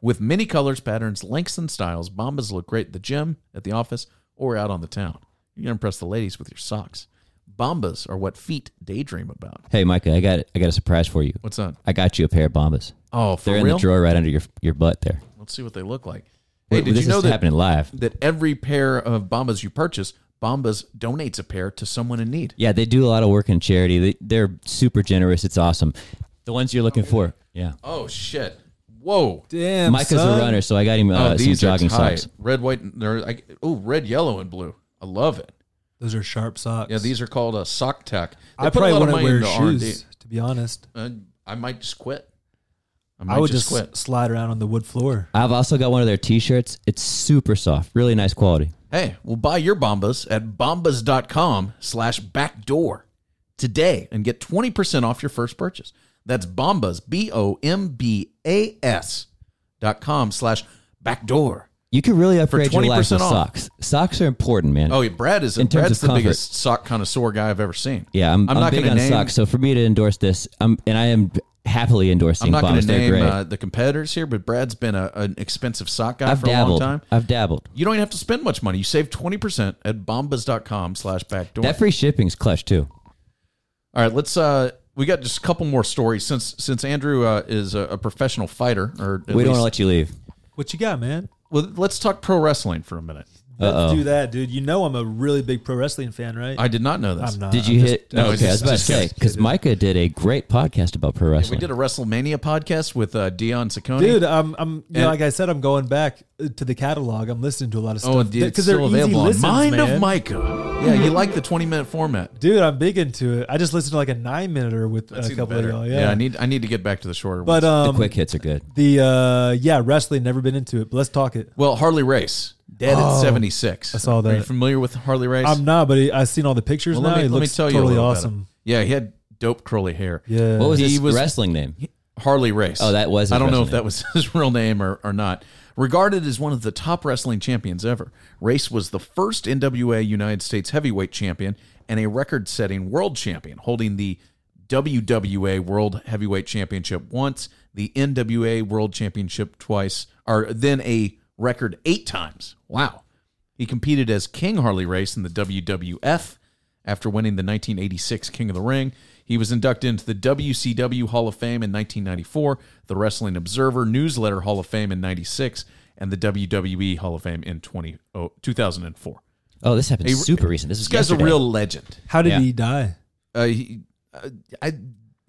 A: With many colors, patterns, lengths, and styles, Bombas look great at the gym, at the office, or out on the town. You're going to impress the ladies with your socks. Bombas are what feet daydream about.
B: Hey, Micah, I got I got a surprise for you.
A: What's that?
B: I got you a pair of Bombas.
A: Oh, for
B: They're in
A: real?
B: the drawer right under your your butt there.
A: Let's see what they look like. Hey,
B: Wait,
A: did
B: this
A: you know
B: is
A: that,
B: happening live.
A: that every pair of Bombas you purchase, Bombas donates a pair to someone in need?
B: Yeah, they do a lot of work in charity. They, they're super generous. It's awesome. The ones you're looking for. Yeah.
A: Oh, shit. Whoa.
C: Damn,
B: Micah's a
C: son.
B: runner, so Uh, I got him uh,
A: oh,
B: some
A: these are
B: jogging
A: tight.
B: socks.
A: Red, white, and- or, I- oh, red, yellow, and blue. I love it.
C: Those are sharp socks.
A: Yeah, these are called a sock tech. They
C: I
A: put a
C: probably
A: lot of
C: wouldn't
A: money
C: wear
A: into R&D.
C: shoes, to be honest.
A: Uh, I might just quit.
C: I, would just, slide around on the wood floor.
B: I've also got one of their T-shirts. It's super soft, really nice quality.
A: Hey, we'll buy your Bombas at bombas.com slash backdoor today and get 20% off your first purchase. That's bombas, B O M B A S dot com slash backdoor.
B: You can really upgrade your life
A: 20%
B: with
A: off.
B: socks. Socks are important, man.
A: Oh, yeah, Brad is
B: In terms
A: Brad's
B: of
A: the
B: comfort.
A: biggest sock connoisseur guy I've ever seen.
B: yeah, I'm, I'm,
A: not
B: big
A: gonna
B: on
A: name,
B: socks. So for me to endorse this, I'm and I am happily endorsing
A: I'm not going
B: bombs.
A: to
B: They're
A: name
B: great.
A: uh, the competitors here, but Brad's been a, an expensive sock guy
B: I've
A: for
B: dabbled.
A: a long time.
B: I've dabbled.
A: You don't even have to spend much money. You save 20% at bombas.com slash backdoor.
B: That free shipping's clutch too.
A: All right, let's. uh We got just a couple more stories since since Andrew uh, is a, a professional fighter, or at
B: we
A: least-
B: don't want to let you leave.
C: What you got, man?
A: well, let's talk pro wrestling for a minute.
B: Uh-oh.
C: Let's do that, dude. You know I'm a really big pro wrestling fan, right?
A: I did not know this.
C: am not.
B: Did you
C: I'm
B: hit?
C: just-
A: no,
B: okay, I was
A: Uh, just-
B: about to
A: just
B: say
A: kidding.
B: because Micah did a great podcast about pro wrestling.
A: We did a WrestleMania podcast with uh, Dion Saccone.
C: Dude, I'm, I'm you
A: And-
C: know, like I said, I'm going back uh, to the catalog. I'm listening to a lot of stuff.
A: oh, dude, it's
C: because they're
A: still
C: easy
A: available. on
C: listens,
A: Mind of
C: man.
A: Micah. Yeah, you like the twenty minute format.
C: Dude, I'm big into it. I just listened to like a nine minute with a
A: Even
C: couple of
A: better.
C: y'all.
A: yeah, I need I need to get back to the shorter ones.
C: but
B: the
C: um,
B: quick hits are good.
C: the uh, yeah, wrestling. Never been into it. But let's talk it.
A: Well, Harley Race dead at
C: Oh,
A: seventy six.
C: I saw
A: Are you
C: that.
A: familiar with Harley Race?
C: I'm not, but he, I've seen all the pictures
A: Well,
C: now.
A: let me,
C: he
A: let me
C: looks
A: tell you. a
C: totally
A: little about
C: awesome.
A: it. Yeah, he had dope curly hair.
C: Yeah.
B: What was
A: he
B: his
A: was-
B: wrestling name?
A: Harley Race.
B: Oh, that was his
A: I don't know if
B: wrestling
A: that was his real name or, or not. Regarded as one of the top wrestling champions ever, Race was the first NWA United States heavyweight champion and a record setting world champion, holding the WWA World Heavyweight Championship once, the NWA World Championship twice, or then a record eight times. Wow. He competed as King Harley Race in the WWF after winning the 1986 King of the Ring. He was inducted into the WCW Hall of Fame in 1994, the Wrestling Observer Newsletter Hall of Fame in 96, and the WWE Hall of Fame in 20, oh, 2004.
B: Oh, this happened
A: Hey,
B: super recent. This is
A: This guy's
B: yesterday.
A: a real legend.
C: How did
B: Yeah.
C: he die?
A: Uh, he, uh, I,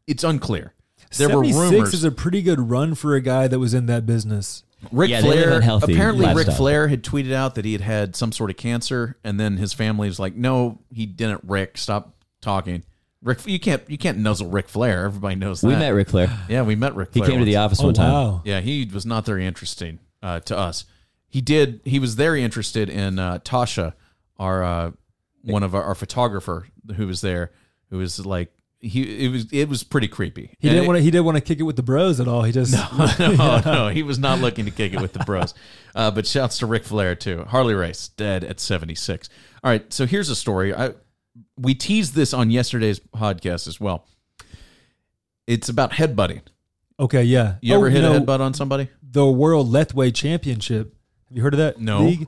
A: it's unclear. There were
C: 76
A: rumors.
C: is a pretty good run for a guy that was in that business.
A: Rick
B: Yeah, they live
A: Flair
B: unhealthy
A: apparently Ric
B: lifestyle.
A: Flair had tweeted out that he had had some sort of cancer, and then his family was like, "No, he didn't. Rick, stop talking. Rick, you can't you can't nuzzle Ric Flair. Everybody knows that.
B: We met Ric Flair.
A: yeah, we met Rick.
B: He came to the office
C: Oh
B: one time.
C: wow.
A: Yeah, he was not very interesting uh, to us. He did. He was very interested in uh, Tasha, our uh, one of our, our photographer who was there, who was like he. It was it was pretty creepy.
C: He
A: And
C: didn't
A: it-
C: want to. He didn't want to kick it with the bros at all. He just
A: no, no, he was not looking to kick it with the bros. Uh, but shouts to Ric Flair too. Harley Race dead at seventy six. All right, so here's a story. I we teased this on yesterday's podcast as well. It's about headbutting.
C: okay. Yeah.
A: You
C: Oh,
A: ever hit
C: know,
A: a headbutt on somebody?
C: The World Lethway Championship. Have you heard of that?
A: No.
C: League?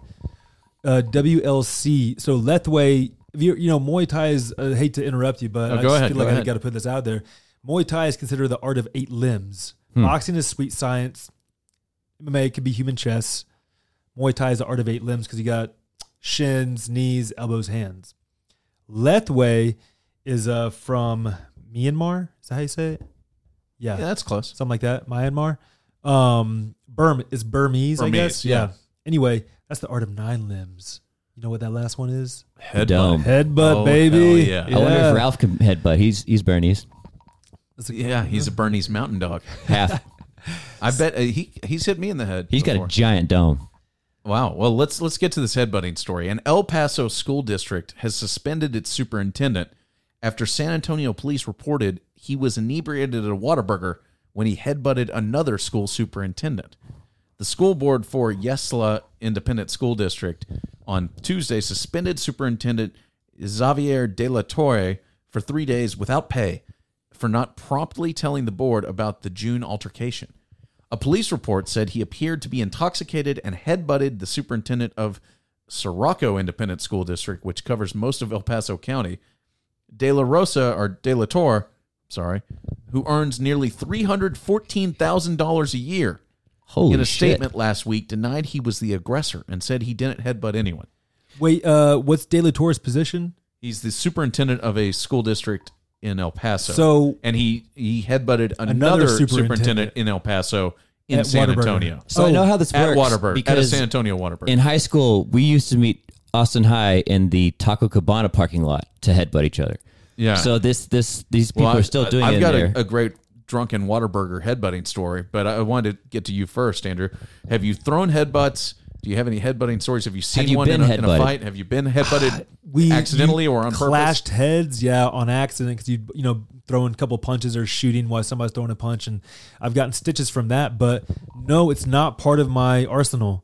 C: Uh, WLC. So Lethway. If you you know Muay Thai is. I hate to interrupt you, but
A: Oh,
C: I
A: go
C: just
A: ahead,
C: feel
A: go
C: like I
A: ahead.
C: got to put this out there. Muay Thai is considered the art of eight limbs.
A: Hmm.
C: Boxing is sweet science. MMA could be human chess. Muay Thai is the art of eight limbs because you got shins, knees, elbows, hands. Lethway is uh, from Myanmar. Is that how you say it? Yeah,
A: Yeah, that's close.
C: something like that. Myanmar. Um, Burm is Burmese, I
A: Burmese,
C: guess.
A: yeah.
C: Anyway, that's the art of nine limbs. You know what that last one is?
A: Headbutt.
B: Dome.
C: Headbutt,
A: Oh,
C: baby.
A: hell yeah. I
B: I wonder if Ralph can headbutt. He's he's Bernie's
C: That's a-
A: Yeah, he's a Bernese mountain dog.
B: half.
A: I bet uh, he he's hit me in the head.
B: He's got
A: before.
B: a giant dome.
A: Wow. Well, let's let's get to this headbutting story. An El Paso school district has suspended its superintendent after San Antonio police reported he was inebriated at a Whataburger when he headbutted another school superintendent. The school board for Yesla Independent School District on Tuesday suspended superintendent Xavier De La Torre for three days without pay for not promptly telling the board about the June altercation. A police report said he appeared to be intoxicated and headbutted the superintendent of Sirocco Independent School District, which covers most of El Paso County, De La Rosa or De La Torre, sorry, who earns nearly three hundred fourteen thousand dollars a year,
B: Holy
A: in a
B: shit.
A: statement last week denied he was the aggressor and said he didn't headbutt anyone.
C: Wait, uh, what's De La Torre's position?
A: He's the superintendent of a school district in El Paso.
C: So-
A: and he he headbutted another, superintendent.
C: superintendent.
A: in El Paso in
C: At
A: San
C: Whataburger.
A: Antonio.
B: So I know how this
A: Oh, At
B: works
A: Waterburg, at a
B: because
A: San Antonio Waterburg.
B: in high school we used to meet Austin High in the Taco Cabana parking lot to headbutt each other.
A: Yeah.
B: So this this these people
A: Well, I-
B: are still doing
A: I've
B: it in
A: got
B: there.
A: A, a great drunken Waterburger headbutting story, but I wanted to get to you first, Andrew. Have you thrown headbutts? Do you have any headbutting stories? Have you seen
B: you
A: one in
B: been
A: a, in a
B: headbutted?
A: fight? Have you been headbutted
C: we
A: accidentally
C: you
A: or on
C: clashed heads yeah on accident because you you know throwing a couple punches or shooting while somebody's throwing a punch and i've gotten stitches from that but no it's not part of my arsenal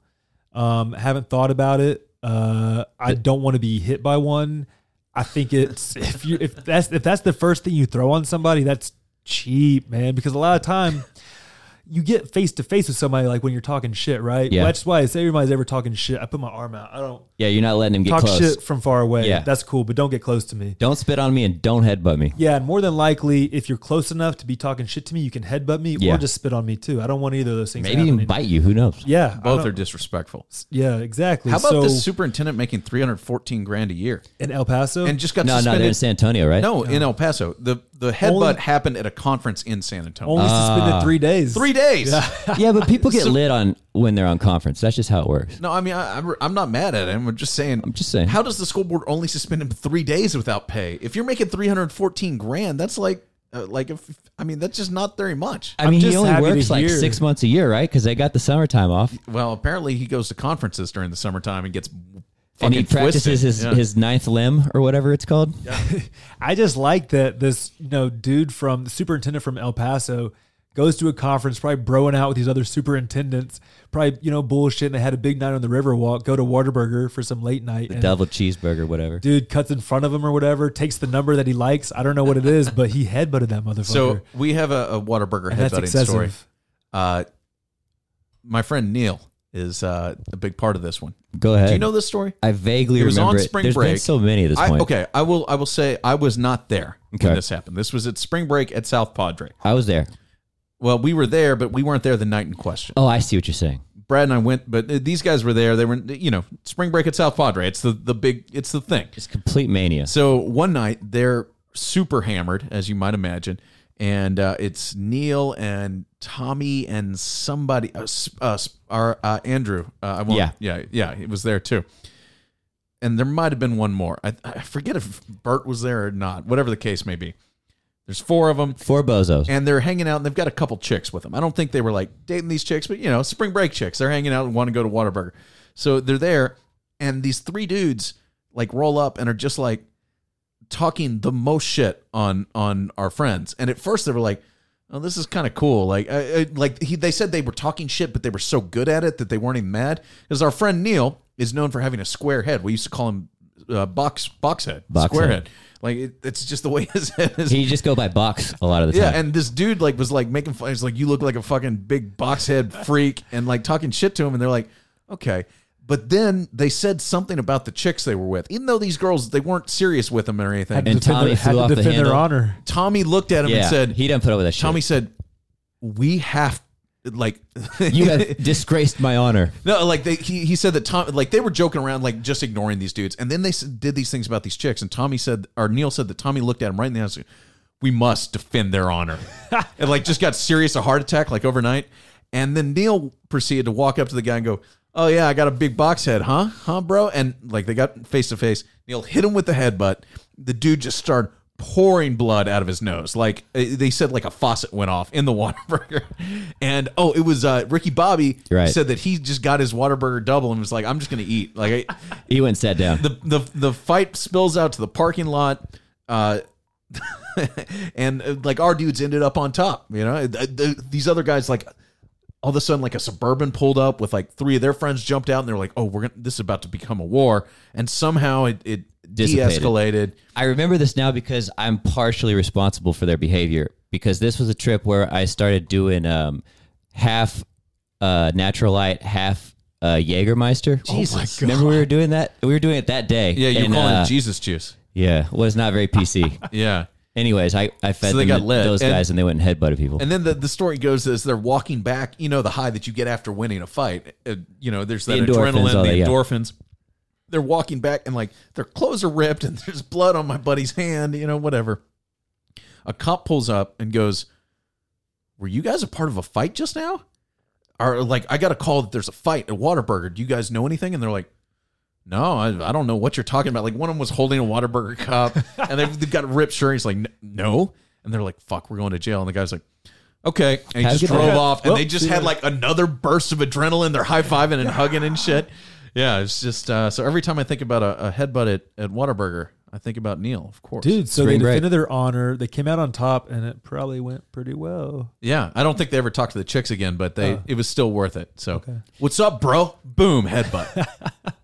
C: um haven't thought about it uh i don't want to be hit by one i think it's if you if that's if that's the first thing you throw on somebody that's cheap man because a lot of time you get face to face with somebody like when you're talking shit right
B: Yeah.
C: that's why if everybody's ever talking shit i put my arm out i don't
B: yeah, you're not letting him get
C: talk
B: close.
C: shit from far away.
B: Yeah.
C: That's cool, but don't get close to me.
B: Don't spit on me and don't headbutt me.
C: Yeah, and more than likely, if you're close enough to be talking shit to me, you can headbutt me
B: Yeah.
C: or just spit on me too. I don't want either of those things.
B: Maybe even
C: happening.
B: bite you. Who knows?
C: Yeah, I
A: Both are
C: don't-
A: disrespectful.
C: Yeah, exactly.
A: How about
C: so
A: the superintendent making 314 grand a year
C: in El Paso?
A: and just got
B: No, no,
A: suspended?
B: they're in San Antonio, right?
A: no, in El Paso. The the headbutt
C: Only-
A: happened at a conference in San Antonio.
C: only suspended three days.
A: Three days.
B: Yeah, but people get lit on when they're on conference. That's just how it works.
A: No, I mean, I, I'm- I'm not mad at him. I'm just saying. I'm
B: just saying.
A: How does the school board only suspend him three days without pay? If you're making 314 grand, that's like, uh, like if I mean, that's just not very much.
B: I mean, he
C: just
B: only
C: happy to
B: works like
C: hear-
B: six months a year, right? Because they got the summertime off,
A: Well, apparently he goes to conferences during the summertime and gets fucking
B: and he practices
A: twisted.
B: his,
A: Yeah.
B: his ninth limb or whatever it's called.
C: I just like that this you know dude from the superintendent from El Paso goes to a conference, probably broing out with these other superintendents, probably you know bullshit. And they had a big night on the Riverwalk. Go to Waterburger for some late night. and
B: Double cheeseburger, whatever.
C: dude cuts in front of him or whatever, takes the number that he likes. I don't know what it is, but he headbutted that motherfucker.
A: So we have a, a Waterburger
C: and that's
A: headbutting
C: excessive.
A: story. Uh, my friend Neil is uh, a big part of this one.
B: Go ahead.
A: Do you know this story?
B: I vaguely
A: It was
B: remember
A: on
B: it.
A: spring
B: There's been
A: break.
B: so many at this
A: I,
B: point.
A: okay, I will. I will say I was not there
B: Okay.
A: when this happened. This was at spring break at South Padre.
B: I was there.
A: Well, we were there, but we weren't there the night in question.
B: Oh, I see what you're saying.
A: Brad and I went, but uh, these guys were there. They were, you know, spring break at South Padre. It's the the big, it's the thing.
B: It's complete mania.
A: So one night they're super hammered, as you might imagine, and uh, it's Neil and Tommy and somebody, uh, s- uh, s- our uh, Andrew. Uh, I won't,
B: Yeah.
A: yeah, yeah, it was there too. And there might have been one more. I, I forget if Bert was there or not. Whatever the case may be, there's four of them
B: Four bozos.
A: and they're hanging out and they've got a couple chicks with them. I don't think they were like dating these chicks, but you know, spring break chicks. They're hanging out and want to go to Whataburger. So they're there and these three dudes like roll up and are just like talking the most shit on on our friends. And at first they were like, "Oh, this is kind of cool." Like I, I, like he they said they were talking shit, but they were so good at it that they weren't even mad. Cuz our friend Neil is known for having a square head. We used to call him uh, box box head,
B: Box
A: square head.
B: head.
A: Like it, it's just the way his head is.
B: he just go by box a lot of the
A: Yeah,
B: time.
A: and this dude like was like making fun. He's like, "You look like a fucking big box head freak," and like talking shit to him. And they're like, "Okay," but then they said something about the chicks they were with, even though these girls they weren't serious with him or anything.
B: And
C: Defend
B: Tommy
C: their-
B: flew
C: had
B: off
C: to
B: the
C: defend
B: handle.
C: their honor.
A: Tommy looked at him
B: yeah.
A: and said,
B: he didn't put up with that shit.
A: "Tommy said, we have like."
B: you have disgraced my honor.
A: No, like they, he, he said that Tom, like they were joking around, like just ignoring these dudes, and then they s- did these things about these chicks, and Tommy said, or Neil said that Tommy looked at him right in the eyes, we must defend their honor, and like just got serious a heart attack like overnight, and then Neil proceeded to walk up to the guy and go, oh yeah, I got a big box head, huh, huh, bro, and like they got face to face, Neil hit him with the headbutt, the dude just started pouring blood out of his nose. Like uh, they said, like a faucet went off in the Whataburger, and oh, it was uh, Ricky Bobby
B: Right.
A: said that he just got his Whataburger double and was like, "I'm just gonna eat." Like I,
B: He went and sat down.
A: the the the fight spills out to the parking lot, uh, and uh, like our dudes ended up on top. You know, Th- th- these other guys like. All of a sudden, like a suburban pulled up with like three of their friends jumped out, and they're like, "Oh, we're gonna this is about to become a war," and somehow it, it
B: Dissipated.
A: de-escalated.
B: I remember this now because I'm partially responsible for their behavior because this was a trip where I started doing um, half uh, natural light, half uh, Jägermeister.
A: Jesus.
B: remember we were doing that? We were doing it that day.
A: Yeah, you're
B: And,
A: calling
B: uh,
A: it Jesus juice.
B: Yeah, was not very PC.
A: Yeah.
B: Anyways, I, I fed
A: So they
B: them
A: got
B: th-
A: lit,
B: those
A: and-
B: guys and they went and headbutted people.
A: And then the, the story goes as they're walking back, you know, the high that you get after winning a fight. Uh, you know, there's that
B: The endorphins,
A: adrenaline,
B: all
A: the
B: that, yeah.
A: endorphins. They're walking back and like their clothes are ripped and there's blood on my buddy's hand, you know, whatever. A cop pulls up and goes, Were you guys a part of a fight just now? Or like, I got a call that there's a fight at Waterburger. Do you guys know anything? And they're like, no, I, I don't know what you're talking about. Like one of them was holding a Whataburger cup and they've, they've got a ripped shirt. He's like, "N- no. And they're like, fuck, we're going to jail. And the guy's like, okay. And he
B: Have
A: just
B: a good
A: drove
B: night.
A: off and
C: Well,
A: they just
C: see you
A: had like another burst of adrenaline. They're high fiving and hugging and shit. Yeah, it's just uh, so every time I think about a, a headbutt at, at Whataburger, I think about Neil, of course.
C: Dude, so
B: Spring
C: they
B: break.
C: defended their honor. They came out on top, and it probably went pretty well.
A: Yeah, I don't think they ever talked to the chicks again, but
C: Uh.
A: they it was still worth it. So,
C: Okay.
A: what's up, bro? Boom, headbutt.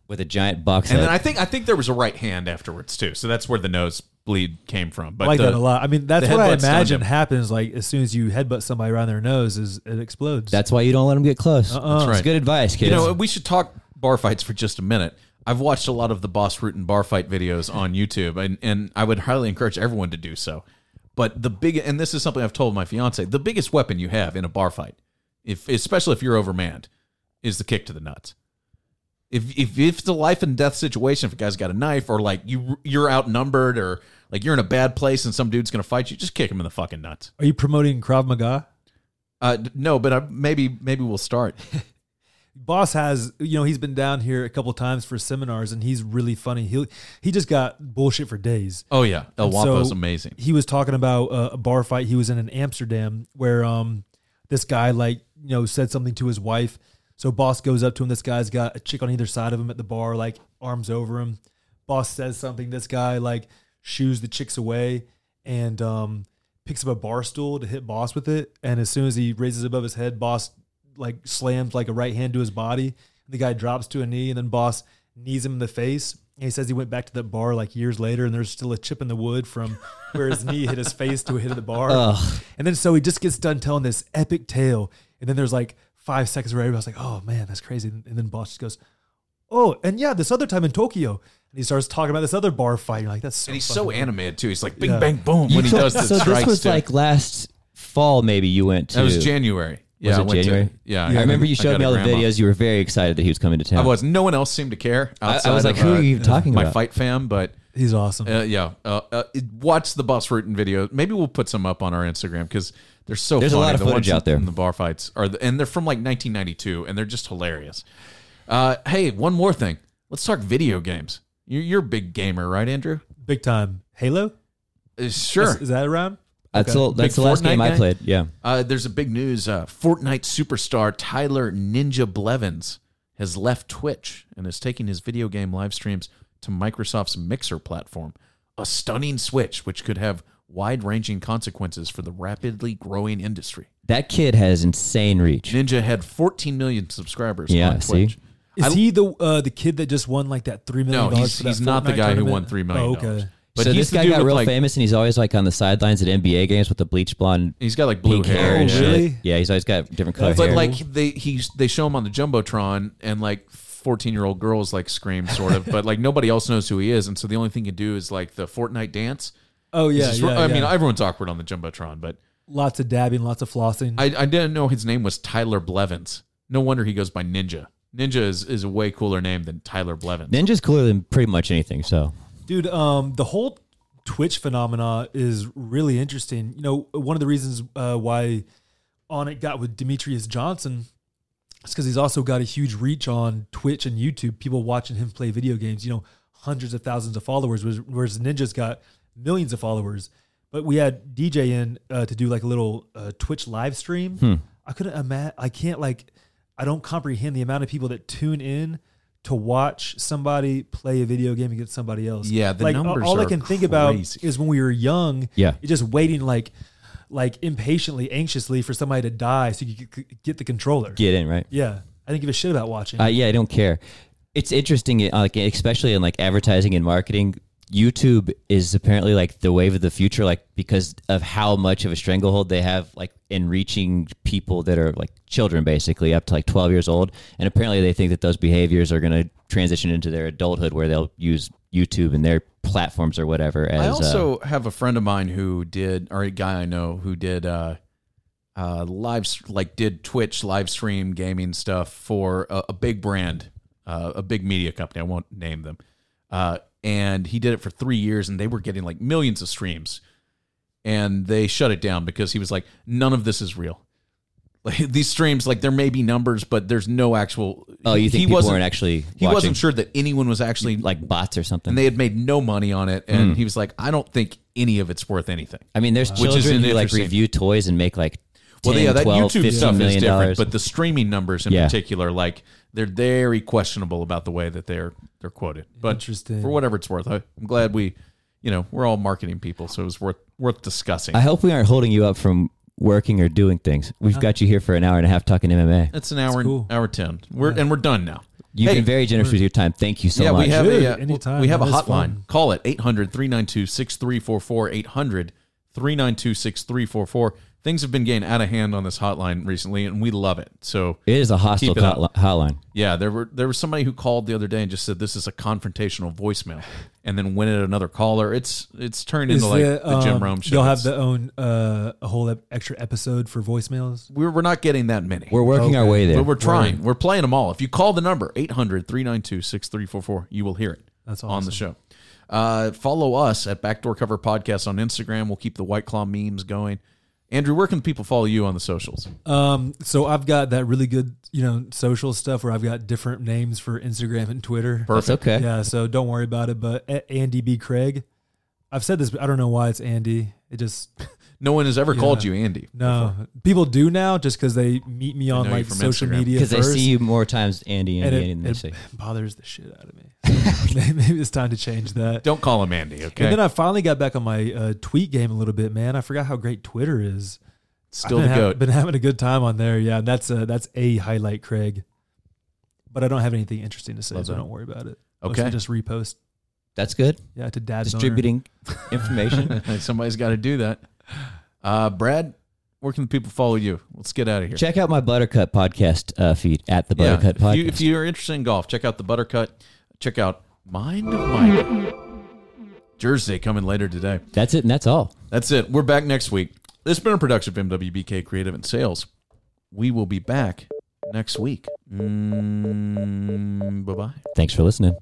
B: with a giant box
A: And
B: head.
A: then I think I think there was a right hand afterwards too. So that's where the nose bleed came from. But
C: I like
A: the-
C: that a lot. I mean, that's
A: the
C: what I
A: headbutt stunned
C: imagine
A: him.
C: happens. Like as soon as you headbutt somebody around their nose, is it explodes.
B: That's why you don't let them get close.
C: Uh-uh. That's
B: It's
A: right.
B: good advice,
A: You
B: kids.
A: know, we should talk bar fights for just a minute. I've watched a lot of the Boss Root and bar fight videos on YouTube, and, and I would highly encourage everyone to do so. But the big, and this is something I've told my fiance, the biggest weapon you have in a bar fight, if especially if you're overmanned, is the kick to the nuts. If if, if it's a life and death situation, if a guy's got a knife or like you you're outnumbered or like you're in a bad place and some dude's gonna fight you, just kick him in the fucking nuts.
C: Are you promoting Krav Maga?
A: Uh, d- no, but I, maybe maybe we'll start.
C: Boss has, you know, he's been down here a couple times for seminars, and he's really funny. He he just got bullshit for days.
A: Oh yeah, El
C: And
A: Wampo's
C: so
A: amazing.
C: He was talking about uh, a bar fight he was in in Amsterdam where um this guy like you know said something to his wife. So boss goes up to him. This guy's got a chick on either side of him at the bar, like arms over him. Boss says something. This guy like shoos the chicks away and um picks up a bar stool to hit boss with it. And as soon as he raises it above his head, boss like slams like a right hand to his body. The guy drops to a knee, and then boss knees him in the face. And he says he went back to that bar like years later, and there's still a chip in the wood from where his knee hit his face to a hit of the bar. And then so he just gets done telling this epic tale, and then there's like five seconds where everybody's like, "Oh man, that's crazy," and then boss just goes, "Oh, and yeah, this other time in Tokyo." And he starts talking about this other bar fight. You're like, "That's so."
A: And he's
C: fucking
A: so
C: cool."
A: animated too. He's like bing
C: Yeah.
A: bang boom
B: You
A: when he
B: told-
A: does the
B: so
A: strikes
B: this was
A: too.
B: like last fall, maybe you went to.
A: that was January. Yeah,
B: Was
A: I
B: it
A: went to-
B: January?
A: yeah,
B: I remember you
A: got
B: showed
A: a
B: me all the
A: grandma.
B: videos. You were very excited that he was coming to
A: I
B: town.
A: was. No one else seemed to care.
B: I- I
A: Outside
B: was like,
A: of,
B: "Who
A: uh,
B: are you talking
A: my
B: about?"
A: fight fam, but
C: He's awesome.
A: uh, yeah, uh, uh, it- watch the bus rooting video. Maybe we'll put some up on our Instagram because they're so.
B: There's a
A: funny.
B: lot of
A: The
B: footage
A: ones
B: out there.
A: in the bar fights are, the, and they're from like 1992, and they're just hilarious. Uh, hey, one more thing. Let's talk video games. You're, you're a big gamer, right, Andrew?
C: Big time. Halo.
A: Uh, sure.
C: Is, is that around?
B: that's all- that's
A: Big
B: the last
A: Fortnite
B: game I
A: guy?
B: played. Yeah.
A: Uh, there's a big news. Uh, Fortnite superstar Tyler Ninja Blevins has left Twitch and is taking his video game live streams to Microsoft's Mixer platform. A stunning switch, which could have wide ranging consequences for the rapidly growing industry.
B: That kid has insane reach.
A: Ninja had 14 million subscribers
B: Yeah,
A: on
B: see?
A: Twitch.
C: Is
A: I-
C: he the uh, the kid that just won like that three million?
A: No, he's,
C: for that
A: he's not the
C: Fortnite
A: guy who
C: tournament?
A: won $3 million.
C: Oh, okay.
A: But
B: so
A: he's
B: this
A: the
B: guy
A: dude
B: got
A: with,
B: real
A: like,
B: famous, and he's always like on the sidelines at NBA games with the bleach blonde
A: He's got like blue
B: pink hair.
A: hair.
B: and
A: yeah.
B: shit.
C: really?
B: Yeah, he's always got different color
A: But
B: hair.
A: like they he's they show him on the jumbotron, and like fourteen year old girls like scream sort of, but like nobody else knows who he is, and so the only thing you do is like the Fortnite dance.
C: Oh yeah,
A: It's just-
C: yeah,
A: I mean,
C: yeah.
A: everyone's awkward on the jumbotron, but
C: lots of dabbing, lots of flossing.
A: I, I didn't know his name was Tyler Blevins. No wonder he goes by Ninja. Ninja is, is a way cooler name than Tyler Blevins.
B: Ninja's cooler than pretty much anything. So
C: Dude, um, the whole Twitch phenomena is really interesting. You know, one of the reasons uh, why on it got with Demetrius Johnson is because he's also got a huge reach on Twitch and YouTube. People watching him play video games. You know, hundreds of thousands of followers. Whereas, whereas Ninja's got millions of followers. But we had DJ in uh, to do like a little uh, Twitch live stream.
A: Hmm.
C: I couldn't imagine. I can't like. I don't comprehend the amount of people that tune in to watch somebody play a video game against somebody else.
A: Yeah, the
C: like,
A: numbers
C: All I
A: are
C: can think about
A: crazy.
C: is when we were young.
B: Yeah.
C: you're just waiting like, like impatiently, anxiously for somebody to die so you could get the controller.
B: get in right.
C: Yeah, I didn't give a shit about watching.
B: Uh, yeah, I don't care. It's interesting, uh, like especially in like advertising and marketing. YouTube is apparently like the wave of the future, like because of how much of a stranglehold they have, like in reaching people that are like children, basically up to like twelve years old. And apparently, they think that those behaviors are going to transition into their adulthood, where they'll use YouTube and their platforms or whatever. As
A: I
B: uh,
A: also have a friend of mine who did, or a guy I know who did uh, uh, live, like did Twitch live stream gaming stuff for a, a big brand, uh, a big media company. I won't name them. Uh, and he did it for three years, and they were getting like millions of streams. And they shut it down because he was like, none of this is real. Like these streams, like there may be numbers, but there's no actual.
B: oh, you think
A: he
B: people
A: wasn't?
B: weren't actually
A: he
B: watching,
A: wasn't sure that anyone was actually
B: like bots or something?
A: and they had made no money on it.
B: Hmm.
A: And he was like, I don't think any of it's worth anything.
B: I mean, there's
A: is
B: children who like
A: interesting.
B: review toys and make like 10,
A: Well, yeah, that
B: 12,
A: YouTube
B: 15
A: stuff is
B: million
A: different,
B: dollars.
A: but the streaming numbers in
B: Yeah.
A: particular, like they're very questionable about the way that they're they're quoted. But
C: Interesting.
A: for whatever it's worth, I, I'm glad we, you know, we're all marketing people, so it was worth worth discussing.
B: I hope we aren't holding you up from working or doing things. We've
A: Uh-huh.
B: got you here for an hour and a half talking MMA.
A: That's an hour
C: cool.
A: and hour ten. We're and we're done now.
B: You've
A: Hey,
B: been very generous with your time. Thank you so
A: yeah,
B: much.
A: we have
C: Dude,
A: a uh,
C: anytime.
A: we have a
C: That is
A: hotline.
C: fun.
A: Call it 800-392-6344 800-392-6344. Things have been getting out of hand on this hotline recently and we love it. So,
B: it is a hostile
A: Keep it up.
B: hotli- hotline.
A: yeah, there were there was somebody who called the other day and just said this is a confrontational voicemail and then went at another caller. It's it's turned into like the, Jim Rome show.
C: You'll um, have
A: It's-
C: the own uh, a whole ep- extra episode for voicemails.
A: we're, we're not getting that many.
B: We're working our
C: Okay.
B: way there.
A: but we're trying. We're playing them all. If you call the number 800-392-6344, you will hear it.
C: That's
A: on
C: awesome.
A: the show. Uh, follow us at Backdoor Cover Podcast on Instagram. We'll keep the White Claw memes going. Andrew, where can people follow you on the socials?
C: Um, so I've got that really good, you know, social stuff where I've got different names for Instagram and Twitter.
B: That's okay.
C: Yeah, so don't worry about it. But at Andy B. Craig, I've said this, but I don't know why it's Andy. It just
A: No one has ever called you Andy.
C: no people do now just because they meet me on
A: know you
C: like
A: from
C: social
A: Instagram.
C: media
B: Because
C: first.
B: they see you more times, Andy,
C: and
B: Andy,
C: it,
B: Andy, than they
C: it
B: see.
C: bothers the shit out of me. Maybe it's time to change that.
A: Don't call him Andy, okay?
C: And then I finally got back on my uh, tweet game a little bit, man. I forgot how great Twitter is.
A: Still
C: I've
A: the
C: been ha-
A: goat.
C: been having a good time on there. Yeah, and that's a that's a highlight, Craig. But I don't have anything interesting to say,
A: Love
C: so
A: that.
C: don't worry about it. Mostly
A: okay.
C: just repost.
B: That's good.
C: Yeah, to dad boner.
B: Distributing information.
A: Somebody's got to do that. Uh, Brad, where can people follow you? Let's get out of here.
B: Check out my Buttercut podcast uh, feed at the
A: Yeah,
B: Buttercut
A: if,
B: Podcast.
A: you, if you're interested in golf, check out the Buttercut. Check out Mind of Mike. Jersey coming later today.
B: that's it, and that's all.
A: That's it. We're back next week. This has been a production of MWBK Creative and Sales. We will be back next week. Mm, bye bye.
B: Thanks for listening.